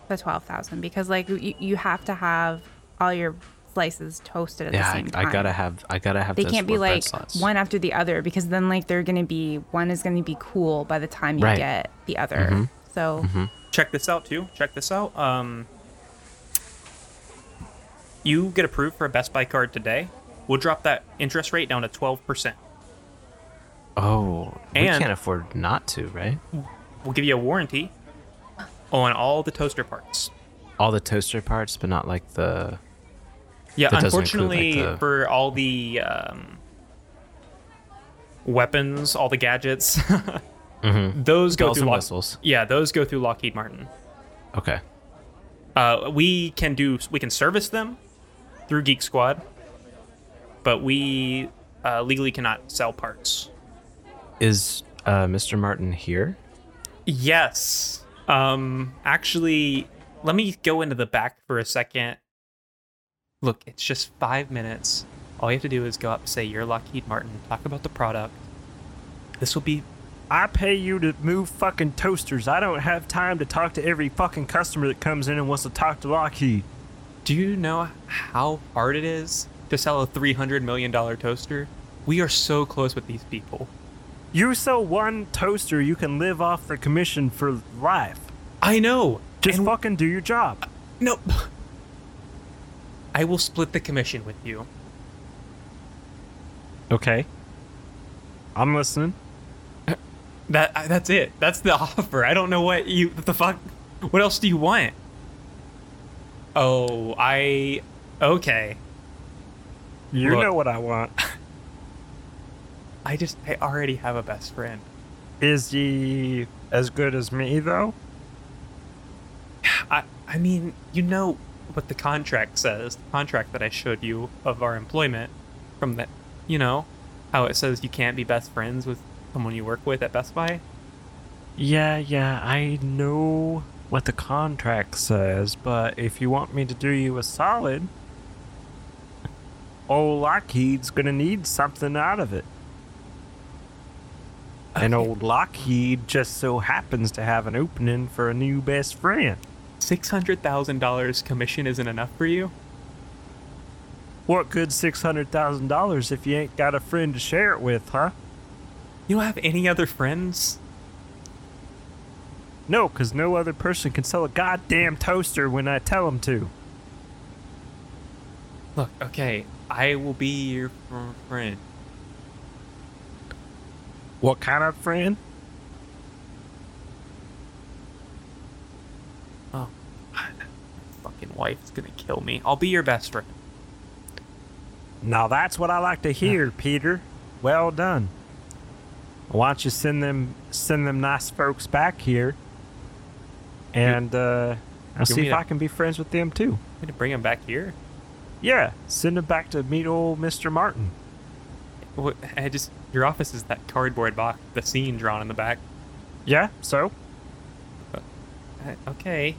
Speaker 2: the twelve thousand because, like, you, you have to have all your slices toasted at the
Speaker 4: Yeah, I,
Speaker 2: same
Speaker 4: I
Speaker 2: time.
Speaker 4: gotta have, I gotta have.
Speaker 2: They
Speaker 4: those
Speaker 2: can't be
Speaker 4: four bread
Speaker 2: like
Speaker 4: slots.
Speaker 2: one after the other because then, like, they're gonna be one is gonna be cool by the time you
Speaker 4: Right.
Speaker 2: get the other. So
Speaker 3: Check this out too. Check this out. Um, you get approved for a Best Buy card today. We'll drop that interest rate down to 12%.
Speaker 4: Oh,
Speaker 3: And-
Speaker 4: we can't afford not to, right?
Speaker 3: We'll give you a warranty on all the toaster parts.
Speaker 4: All the toaster parts, but not like the.
Speaker 3: Yeah,
Speaker 4: That doesn't include, like,
Speaker 3: unfortunately,
Speaker 4: the-
Speaker 3: for all the um, weapons, all the gadgets, those go
Speaker 4: Mm-hmm. Bells
Speaker 3: through
Speaker 4: and
Speaker 3: Lock-
Speaker 4: whistles.
Speaker 3: Yeah, those go through Lockheed Martin.
Speaker 4: Okay.
Speaker 3: Uh, we can do we can service them through Geek Squad, but we uh, legally cannot sell parts.
Speaker 4: Is uh, Mr. Martin here?
Speaker 3: Yes. Um actually, let me go into the back for a second. Look, it's just 5 minutes. All you have to do is go up, say you're Lockheed Martin, talk about the product. This will be
Speaker 5: I pay you to move fucking toasters. I don't have time to talk to every fucking customer that comes in and wants to talk to Lockheed.
Speaker 3: Do you know how hard it is to sell a 300 million dollar toaster? We are so close with these people.
Speaker 5: You sell one toaster, you can live off the commission for life.
Speaker 3: I know.
Speaker 5: Just
Speaker 3: And-
Speaker 5: fucking do your job.
Speaker 3: Nope. I will split the commission with you.
Speaker 5: Okay. I'm listening.
Speaker 3: That I- that's it. That's the offer. I don't know what you what the fuck. What else do you want? Oh, I okay.
Speaker 5: You
Speaker 3: Look.
Speaker 5: know what I want.
Speaker 3: I just I already have a best friend.
Speaker 5: Is he as good as me though?
Speaker 3: I I mean, you know what the contract says. The contract that I showed you of our employment from that, you know, how it says you can't be best friends with someone you work with at Best Buy.
Speaker 5: Yeah, yeah, I know what the contract says, but if you want me to do you a solid, old Lockheed's gonna need something out of it. And old Lockheed just so happens to have an opening for a new best friend.
Speaker 3: $600,000 commission isn't enough for you?
Speaker 5: What good $600,000 if you ain't got a friend to share it with, huh?
Speaker 3: You don't have any other friends?
Speaker 5: No, 'cause no other person can sell a goddamn toaster when I tell 'em to.
Speaker 3: Look, okay, I will be your fr- friend.
Speaker 5: What kind of friend?
Speaker 3: Oh, God. Fucking wife is gonna kill me. I'll be your best friend.
Speaker 5: Now that's what I like to hear, Peter. Well done. Why don't you send them send them nice folks back here, and uh, I'll see
Speaker 3: mean
Speaker 5: if
Speaker 3: it-
Speaker 5: I can be friends with them too.
Speaker 3: Need to bring him back here.
Speaker 5: Yeah, send them back to meet old Mr. Martin.
Speaker 3: What, I just your office is that cardboard box, the scene drawn in the back.
Speaker 5: Yeah, so
Speaker 3: Uh, Okay,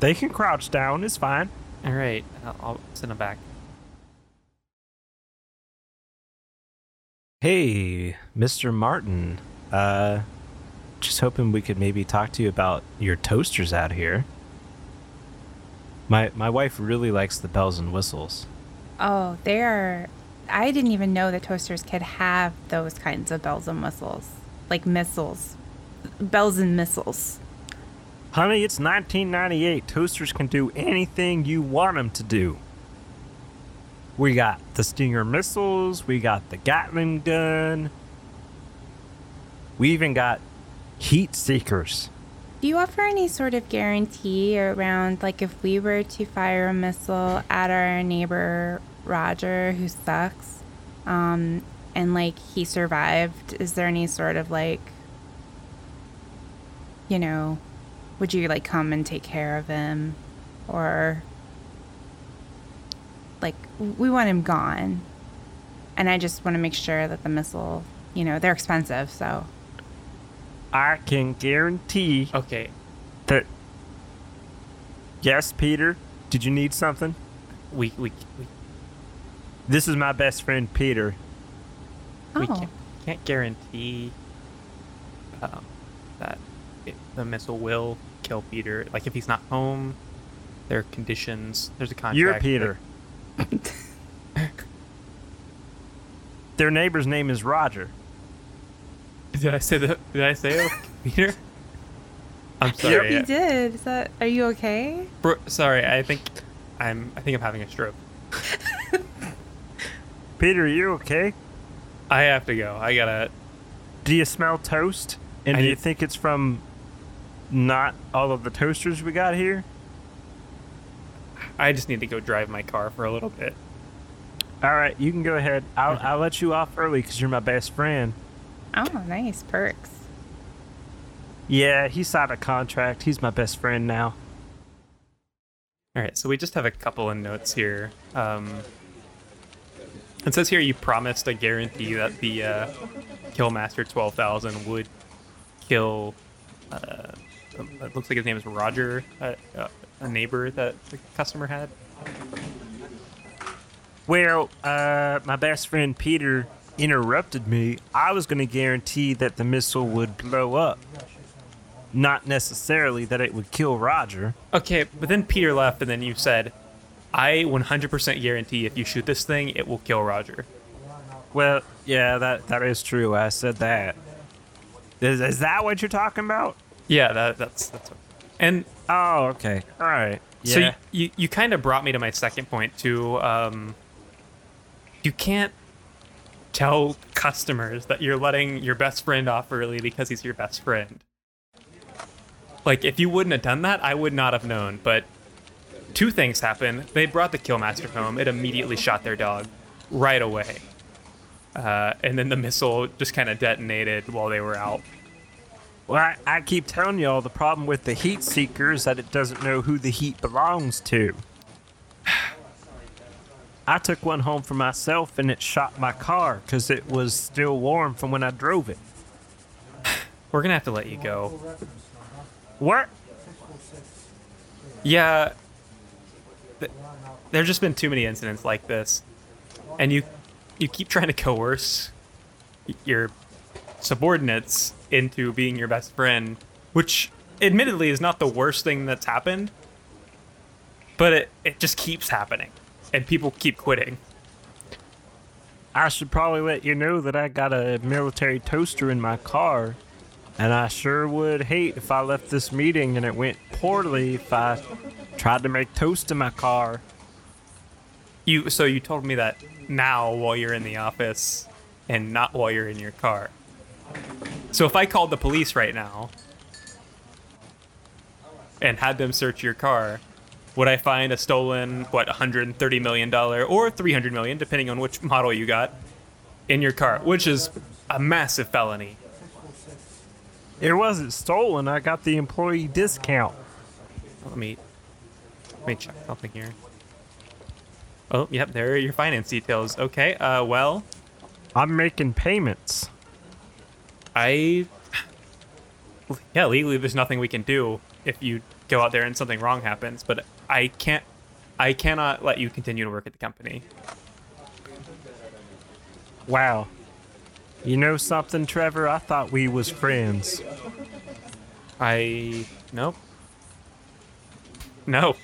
Speaker 5: they can crouch down. It's fine.
Speaker 3: all right. I'll, I'll send him back.
Speaker 4: Hey, Mr. Martin. Uh, just hoping we could maybe talk to you about your toasters out here. My my wife really likes the bells and whistles.
Speaker 2: Oh, they are. I didn't even know that toasters could have those kinds of bells and whistles, like missiles, bells and missiles.
Speaker 5: Honey, it's 1998. Toasters can do anything you want them to do. We got the Stinger missiles, we got the Gatling gun, we even got heat seekers.
Speaker 2: Do you offer any sort of guarantee around, like, if we were to fire a missile at our neighbor Roger, who sucks, um, and like he survived? Is there any sort of like, you know, would you like come and take care of him, or like we want him gone? And I just want to make sure that the missile, you know, they're expensive, so
Speaker 5: I can guarantee
Speaker 3: Okay,
Speaker 5: that. Yes, Peter, did you need something?
Speaker 3: we we we,
Speaker 5: This is my best friend, Peter.
Speaker 3: we
Speaker 2: Oh.
Speaker 3: can't, can't guarantee um, that it, the missile will kill Peter. Like if he's not home, there are conditions. There's a contract.
Speaker 5: You're
Speaker 3: that-
Speaker 5: Peter. Their neighbor's name is Roger.
Speaker 3: Did I say that? Did I say it? Peter? I'm
Speaker 2: Yep,
Speaker 3: sorry.
Speaker 2: you did. Is that? Are you okay?
Speaker 3: Bro- sorry, I think I'm. I think I'm having a stroke.
Speaker 5: Peter, are you okay?
Speaker 3: I have to go. I gotta.
Speaker 5: Do you smell toast? And
Speaker 3: I
Speaker 5: do
Speaker 3: do.
Speaker 5: you think it's from not all of the toasters we got here?
Speaker 3: I just need to go drive my car for a little bit.
Speaker 5: All right, you can go ahead. I'll, I'll let you off early because you're my best friend.
Speaker 2: Oh, nice perks.
Speaker 5: Yeah, he signed a contract. He's my best friend now.
Speaker 3: All right, so we just have a couple of notes here. Um, it says here you promised a guarantee that the uh, Killmaster 12,000 would kill. Uh, um, it looks like his name is Roger, uh, uh, a neighbor that the customer had.
Speaker 5: Well, uh, my best friend Peter interrupted me. I was going to guarantee that the missile would blow up, not necessarily that it would kill Roger.
Speaker 3: Okay, but then Peter left, and then you said, "I 100% guarantee if you shoot this thing, it will kill Roger."
Speaker 5: Well, yeah, that that is true. I said that. Is, is that what you're talking about?
Speaker 3: Yeah, that, that's that's. And
Speaker 5: Oh, okay. All right. Yeah.
Speaker 3: So you, you, you kind of brought me to my second point too. Um, you can't tell customers that you're letting your best friend off early because he's your best friend. Like if you wouldn't have done that, I would not have known. But two things happened. They brought the Killmaster home. It immediately shot their dog right away. Uh, and then the missile just kind of detonated while they were out.
Speaker 5: well, I, I keep telling y'all the problem with the heat seeker is that it doesn't know who the heat belongs to. I took one home for myself and it shot my car because it was still warm from when I drove it.
Speaker 3: We're gonna have to let you go.
Speaker 5: What?
Speaker 3: Yeah. Th- There's just been too many incidents like this. And you you keep trying to coerce y- your subordinates into being your best friend, which admittedly is not the worst thing that's happened, but it, it just keeps happening. And people keep quitting.
Speaker 5: I should probably let you know that I got a military toaster in my car, and I sure would hate if I left this meeting and it went poorly if I tried to make toast in my car.
Speaker 3: You so you told me that now while you're in the office and not while you're in your car. So if I called the police right now and had them search your car, would I find a stolen what 130 million dollar or 300 million depending on which model you got in your car, which is a massive felony.
Speaker 5: It wasn't stolen, I got the employee discount.
Speaker 3: Let me Let me check something here. Oh, yep, there are your finance details. Okay, uh, well,
Speaker 5: I'm making payments.
Speaker 3: I. Yeah, legally, there's nothing we can do if you go out there and something wrong happens, but I can't. I cannot let you continue to work at the company.
Speaker 5: Wow. You know something, Trevor? I thought we was friends.
Speaker 3: I. Nope. No.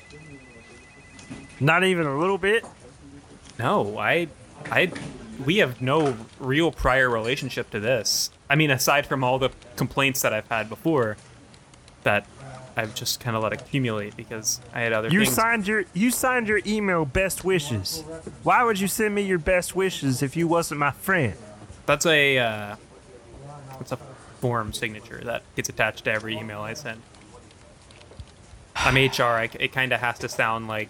Speaker 5: Not even a little bit.
Speaker 3: No, I, I, we have no real prior relationship to this. I mean, aside from all the complaints that I've had before, that I've just kind of let accumulate because I had other
Speaker 5: You
Speaker 3: things.
Speaker 5: signed your you signed your email best wishes. Why would you send me your best wishes if you wasn't my friend?
Speaker 3: that's a, uh, that's a form signature that gets attached to every email I send. I'm HR. I, it kind of has to sound like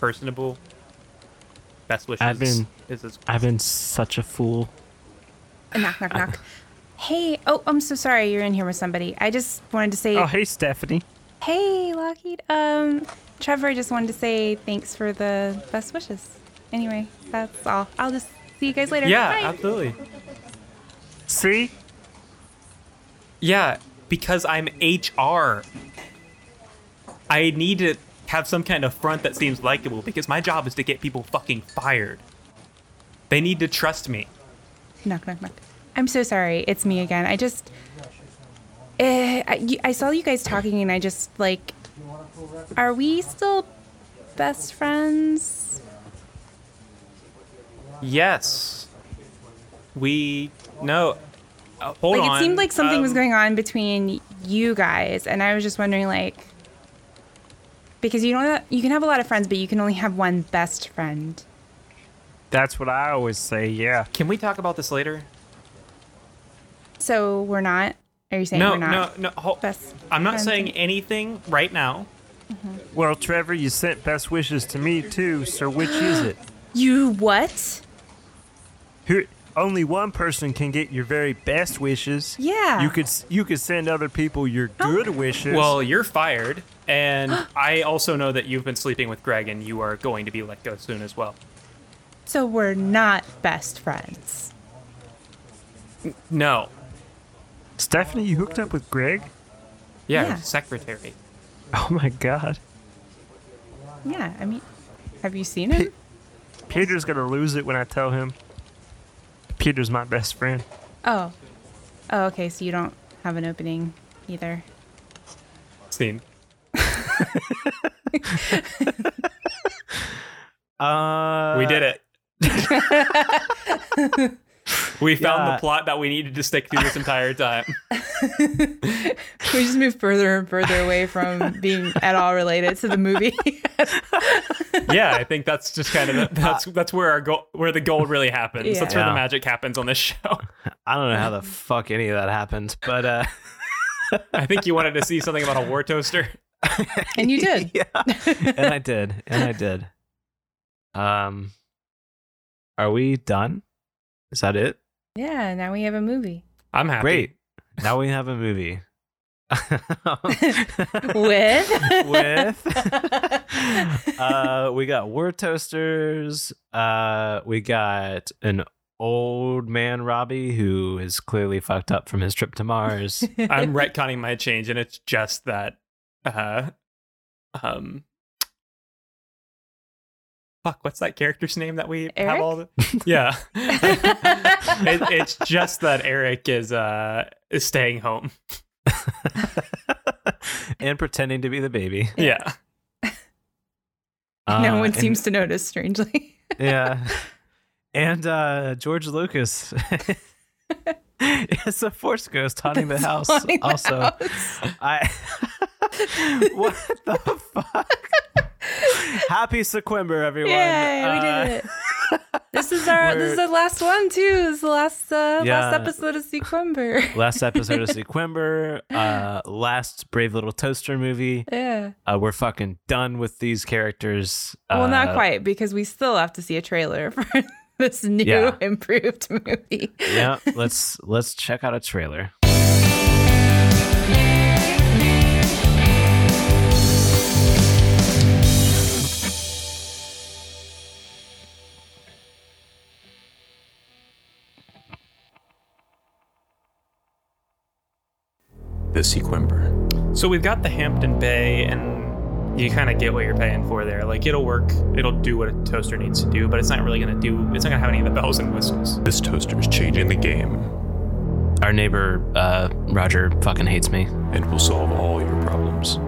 Speaker 3: personable. Best wishes.
Speaker 5: I've been-
Speaker 3: Is as-
Speaker 5: I've been such a fool.
Speaker 2: Knock, knock, knock. Hey, oh, I'm so sorry you're in here with somebody. I just wanted to say,
Speaker 5: Oh, hey Stephanie.
Speaker 2: hey, Lockheed. Um, Trevor, I just wanted to say thanks for the best wishes. Anyway, that's all. I'll just see you guys later.
Speaker 3: yeah,
Speaker 2: Bye.
Speaker 3: absolutely.
Speaker 5: See?
Speaker 3: Yeah, because I'm HR. I need to have some kind of front that seems likable because my job is to get people fucking fired. They need to trust me.
Speaker 2: Knock, knock, knock. I'm so sorry. It's me again. I just. Eh, I, you- I saw you guys talking, and I just, like. Are we still best friends?
Speaker 3: Yes. We no. Uh, hold
Speaker 2: like,
Speaker 3: on.
Speaker 2: it seemed like something was
Speaker 3: um,
Speaker 2: going on between you guys, and I was just wondering, like. Because you know you can have a lot of friends, but you can only have one best friend.
Speaker 5: That's what I always say, yeah.
Speaker 3: Can we talk about this later?
Speaker 2: So we're not. Are you saying
Speaker 3: No,
Speaker 2: we're
Speaker 3: no,
Speaker 2: not?
Speaker 3: no. Hold,
Speaker 2: Best
Speaker 3: I'm not
Speaker 2: friends
Speaker 3: saying
Speaker 2: and-
Speaker 3: anything right now.
Speaker 5: Well, Trevor, you sent best wishes to me too, so which is it?
Speaker 2: You what?
Speaker 5: Who only one person can get your very best wishes.
Speaker 2: Yeah.
Speaker 5: You could s- you could send other people your good wishes.
Speaker 3: Well, you're fired, and I also know that you've been sleeping with Greg, and you are going to be let go soon as well.
Speaker 2: So we're not best friends.
Speaker 3: No.
Speaker 5: Stephanie, you hooked up with Greg?
Speaker 3: Yeah,
Speaker 2: Yeah.
Speaker 3: secretary.
Speaker 5: Oh my god.
Speaker 2: Yeah, I mean, have you seen him?
Speaker 5: Peter's gonna lose it when I tell him. Peter's my best friend.
Speaker 2: Oh. Oh, okay, so you don't have an opening either.
Speaker 3: Scene.
Speaker 5: Uh,
Speaker 3: we did it. we found
Speaker 5: Yeah.
Speaker 3: the plot that we needed to stick through this entire time.
Speaker 2: We just move further and further away from being at all related to the movie.
Speaker 3: yeah, I think that's just kind of that's that's where our goal, where the goal really happens.
Speaker 2: Yeah.
Speaker 3: That's where the
Speaker 4: Yeah.
Speaker 3: magic happens on this show.
Speaker 4: I don't know how the fuck any of that happened, but uh,
Speaker 3: I think you wanted to see something about a war toaster.
Speaker 2: and you did.
Speaker 4: yeah, and I did, and I did. Um, are we done? Is that it?
Speaker 2: Yeah, now we have a movie.
Speaker 3: I'm happy.
Speaker 4: Great. Now we have a movie.
Speaker 2: With?
Speaker 4: With- uh, we got war toasters. Uh, we got an old man Robbie who is clearly fucked up from his trip to Mars.
Speaker 3: I'm retconning my change, and it's just that. Uh, um. Fuck, what's that character's name that we have
Speaker 2: Eric?
Speaker 3: all the? Yeah, it, it's just that Eric is uh is staying home.
Speaker 4: and pretending to be the baby.
Speaker 3: Yeah,
Speaker 4: Uh,
Speaker 2: no one
Speaker 4: and-
Speaker 2: seems to notice, strangely.
Speaker 4: Yeah. And uh, George Lucas. it's a force ghost haunting the house.
Speaker 2: Haunting the
Speaker 4: also,
Speaker 2: house.
Speaker 4: I. what the fuck? Happy Sequember, everyone.
Speaker 2: Yay, we
Speaker 4: Uh,
Speaker 2: did it. This is our this is the last one too. This is the last uh,
Speaker 4: Yeah.
Speaker 2: last episode of Sequember.
Speaker 4: last episode of Sequember, uh, last Brave Little Toaster movie.
Speaker 2: yeah.
Speaker 4: Uh, we're fucking done with these characters.
Speaker 2: Well,
Speaker 4: Uh,
Speaker 2: not quite because we still have to see a trailer for this new
Speaker 4: Yeah.
Speaker 2: improved movie.
Speaker 4: Yeah, let's let's check out a trailer.
Speaker 8: the Sequember.
Speaker 3: So we've got the Hampton Bay, and you kind of get what you're paying for there. Like it'll work, it'll do what a toaster needs to do, but it's not really gonna do. It's not gonna have any of the bells and whistles.
Speaker 8: This toaster's changing the game
Speaker 4: Our neighbor, uh, Roger, fucking hates me.
Speaker 8: and will solve all your problems.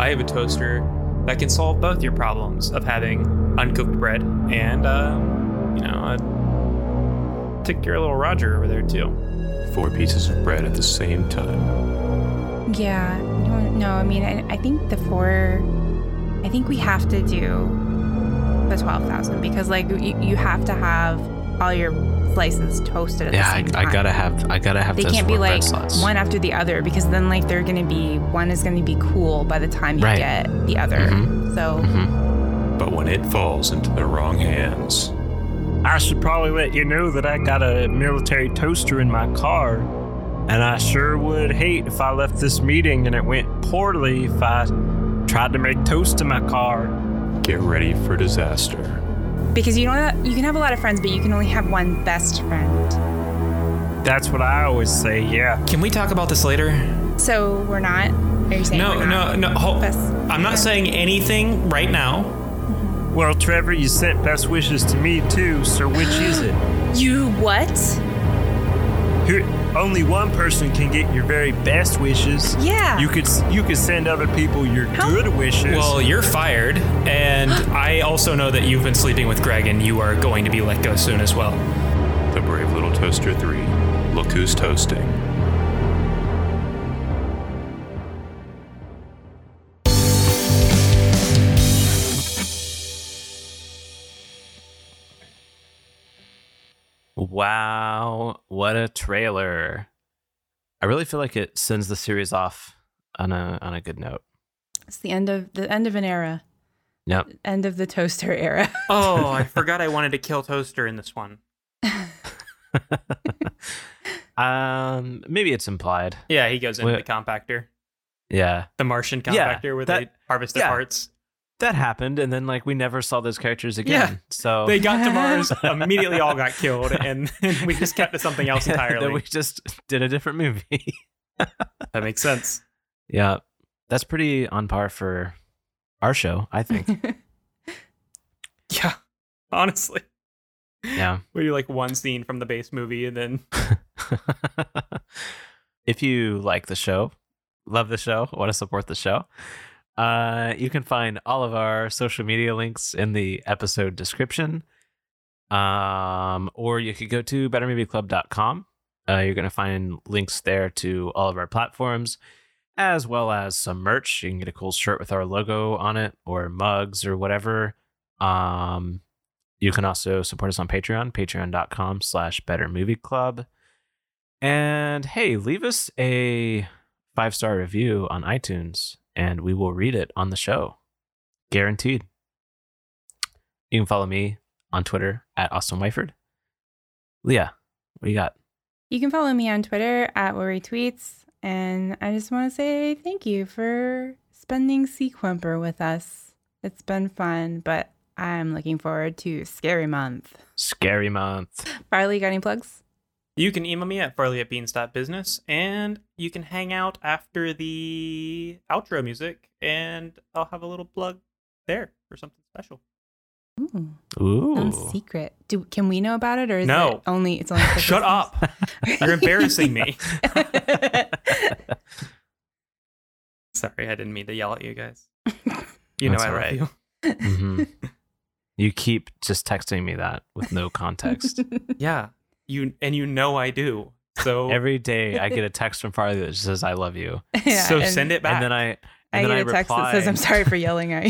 Speaker 3: I have a toaster that can solve both your problems of having uncooked bread and, um, you know, uh, take your little Roger over there too.
Speaker 8: Four pieces of bread at the same time.
Speaker 1: Yeah. No, no I mean, I, I think the four. I think we have to do the twelve thousand because, like, you, you have to have all your slices toasted. At
Speaker 4: Yeah,
Speaker 1: the
Speaker 4: I,
Speaker 1: same
Speaker 4: I
Speaker 1: time.
Speaker 4: gotta have, I gotta have
Speaker 1: They
Speaker 4: those
Speaker 1: can't be
Speaker 4: four bread
Speaker 1: like
Speaker 4: slots.
Speaker 1: one after the other because then, like, they're gonna be one is gonna be cool by the time you
Speaker 4: Right.
Speaker 1: get the other.
Speaker 4: Mhm.
Speaker 1: So
Speaker 4: Mhm.
Speaker 8: But when it falls into the wrong hands,
Speaker 5: I should probably let you know that I got a military toaster in my car, and I sure would hate if I left this meeting and it went poorly if I tried to make toast in my car.
Speaker 8: get ready for disaster.
Speaker 1: because you know that you can have a lot of friends, but you can only have one best friend.
Speaker 5: That's what I always say, yeah.
Speaker 3: Can we talk about this later?
Speaker 1: So we're not. Are you saying
Speaker 3: No,
Speaker 1: we're
Speaker 3: no,
Speaker 1: not?
Speaker 3: no. Hold,
Speaker 1: Best-
Speaker 3: I'm not saying anything right now.
Speaker 5: Well, Trevor, you sent best wishes to me too, so which is it?
Speaker 1: You what?
Speaker 5: Who, only one person can get your very best wishes.
Speaker 1: Yeah.
Speaker 5: You could s- you could send other people your
Speaker 1: How-
Speaker 5: good wishes.
Speaker 3: Well, you're fired, and I also know that you've been sleeping with Greg, and you are going to be let go soon as well.
Speaker 8: The brave little toaster three. Look who's toasting.
Speaker 4: Wow, what a trailer! I really feel like it sends the series off on a on a good note.
Speaker 1: It's the end of the end of an era.
Speaker 4: Yep.
Speaker 1: End of the toaster era.
Speaker 3: Oh, I forgot I wanted to kill Toaster in this one.
Speaker 4: um, maybe it's implied.
Speaker 3: Yeah, he goes into
Speaker 4: Wait.
Speaker 3: the compactor,
Speaker 4: Yeah,
Speaker 3: the Martian
Speaker 4: Yeah,
Speaker 3: compactor where
Speaker 4: that-
Speaker 3: they harvest the
Speaker 4: yeah.
Speaker 3: parts.
Speaker 4: that happened, and then like we never saw those characters again.
Speaker 3: Yeah.
Speaker 4: So
Speaker 3: They got to Mars, immediately all got killed, and then we just kept to something else
Speaker 4: then we
Speaker 3: entirely.
Speaker 4: just did a different movie.
Speaker 3: that makes sense.
Speaker 4: yeah, that's pretty on par for our show, I think.
Speaker 3: Yeah, honestly.
Speaker 4: yeah.
Speaker 3: Where you like one scene from the base movie, and then
Speaker 4: if you like the show, love the show, want to support the show, uh, you can find all of our social media links in the episode description. Um, or you could go to bettermovieclub.com. Uh, you're going to find links there to all of our platforms, as well as some merch. You can get a cool shirt with our logo on it, or mugs, or whatever. Um, you can also support us on Patreon, patreon.com slash bettermovieclub. And hey, leave us a five star review on iTunes and we will read it on the show. Guaranteed. You can follow me on Twitter at Austin Wyford. Leah, what you got?
Speaker 1: you can follow me on Twitter at Worry Tweets. And I just want to say thank you for spending Sequemper with us. It's been fun, but I'm looking forward to Scary Month.
Speaker 4: Scary month.
Speaker 1: Farley, got any plugs?
Speaker 3: You can email me at farley at beans.business, and you can hang out after the outro music, and I'll have a little plug there for something special.
Speaker 1: Ooh, sounds
Speaker 4: Ooh.
Speaker 1: secret. Do, can we know about it, or is
Speaker 3: No.
Speaker 1: it only it's only for
Speaker 3: Shut up!
Speaker 1: listeners?
Speaker 3: You're embarrassing me. Sorry, I didn't mean to yell at you guys. You know
Speaker 4: That's
Speaker 3: I
Speaker 4: all
Speaker 3: love
Speaker 4: right.
Speaker 3: you.
Speaker 4: Mhm. You keep just texting me that with no context.
Speaker 3: Yeah, you and you know I do. So
Speaker 4: Every day I get a text from Farley that says, I love you.
Speaker 1: Yeah,
Speaker 3: so
Speaker 1: and
Speaker 3: send it back.
Speaker 4: And then I.
Speaker 1: I
Speaker 4: And
Speaker 1: get
Speaker 4: then
Speaker 1: a
Speaker 4: I
Speaker 1: text that says,
Speaker 4: reply.
Speaker 1: "I'm sorry for yelling at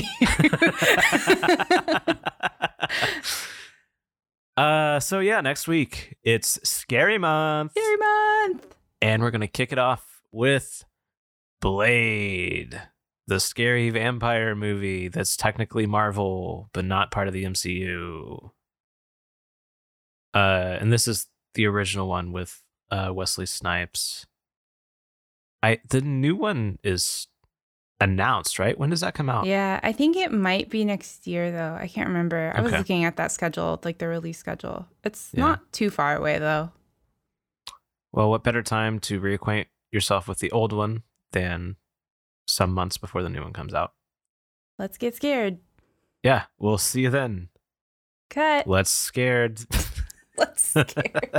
Speaker 1: you."
Speaker 4: uh, so yeah, next week it's Scary Month,
Speaker 1: Scary month.
Speaker 4: and we're gonna kick it off with Blade, the scary vampire movie that's technically Marvel but not part of the MCU. Uh, and this is the original one with uh, Wesley Snipes. I the new one is announced, right? When does that come out?
Speaker 1: Yeah, I think it might be next year though. I can't remember. I was
Speaker 4: Okay.
Speaker 1: looking at that schedule, like the release schedule. It's
Speaker 4: Yeah.
Speaker 1: not too far away though.
Speaker 4: Well, what better time to reacquaint yourself with the old one than some months before the new one comes out.
Speaker 2: Let's get scared.
Speaker 4: Yeah, we'll see you then.
Speaker 2: Cut.
Speaker 4: Let's scared.
Speaker 2: Let's scared.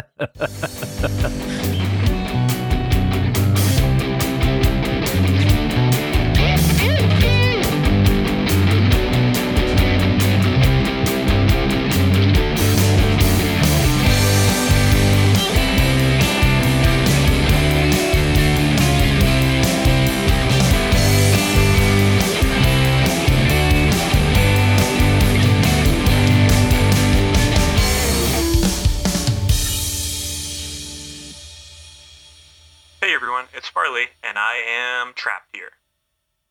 Speaker 7: Hey everyone, it's Farley, and I am trapped here.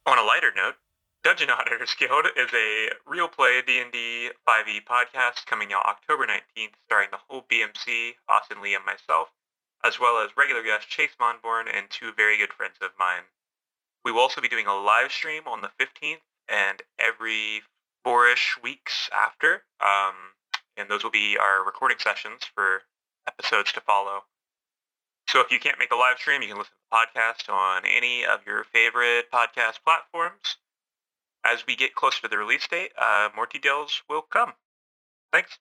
Speaker 7: On a lighter note, Dungeon Auditors Guild is a real play D&D 5e E podcast coming out October 19th, starring the whole BMC, Austin Lee, and myself, as well as regular guest Chase Monborn and two very good friends of mine. We will also be doing a live stream on the 15th and every four-ish weeks after, um, and those will be our recording sessions for episodes to follow. So if you can't make the live stream, you can listen to the podcast on any of your favorite podcast platforms. As we get closer to the release date, uh, more details will come. Thanks.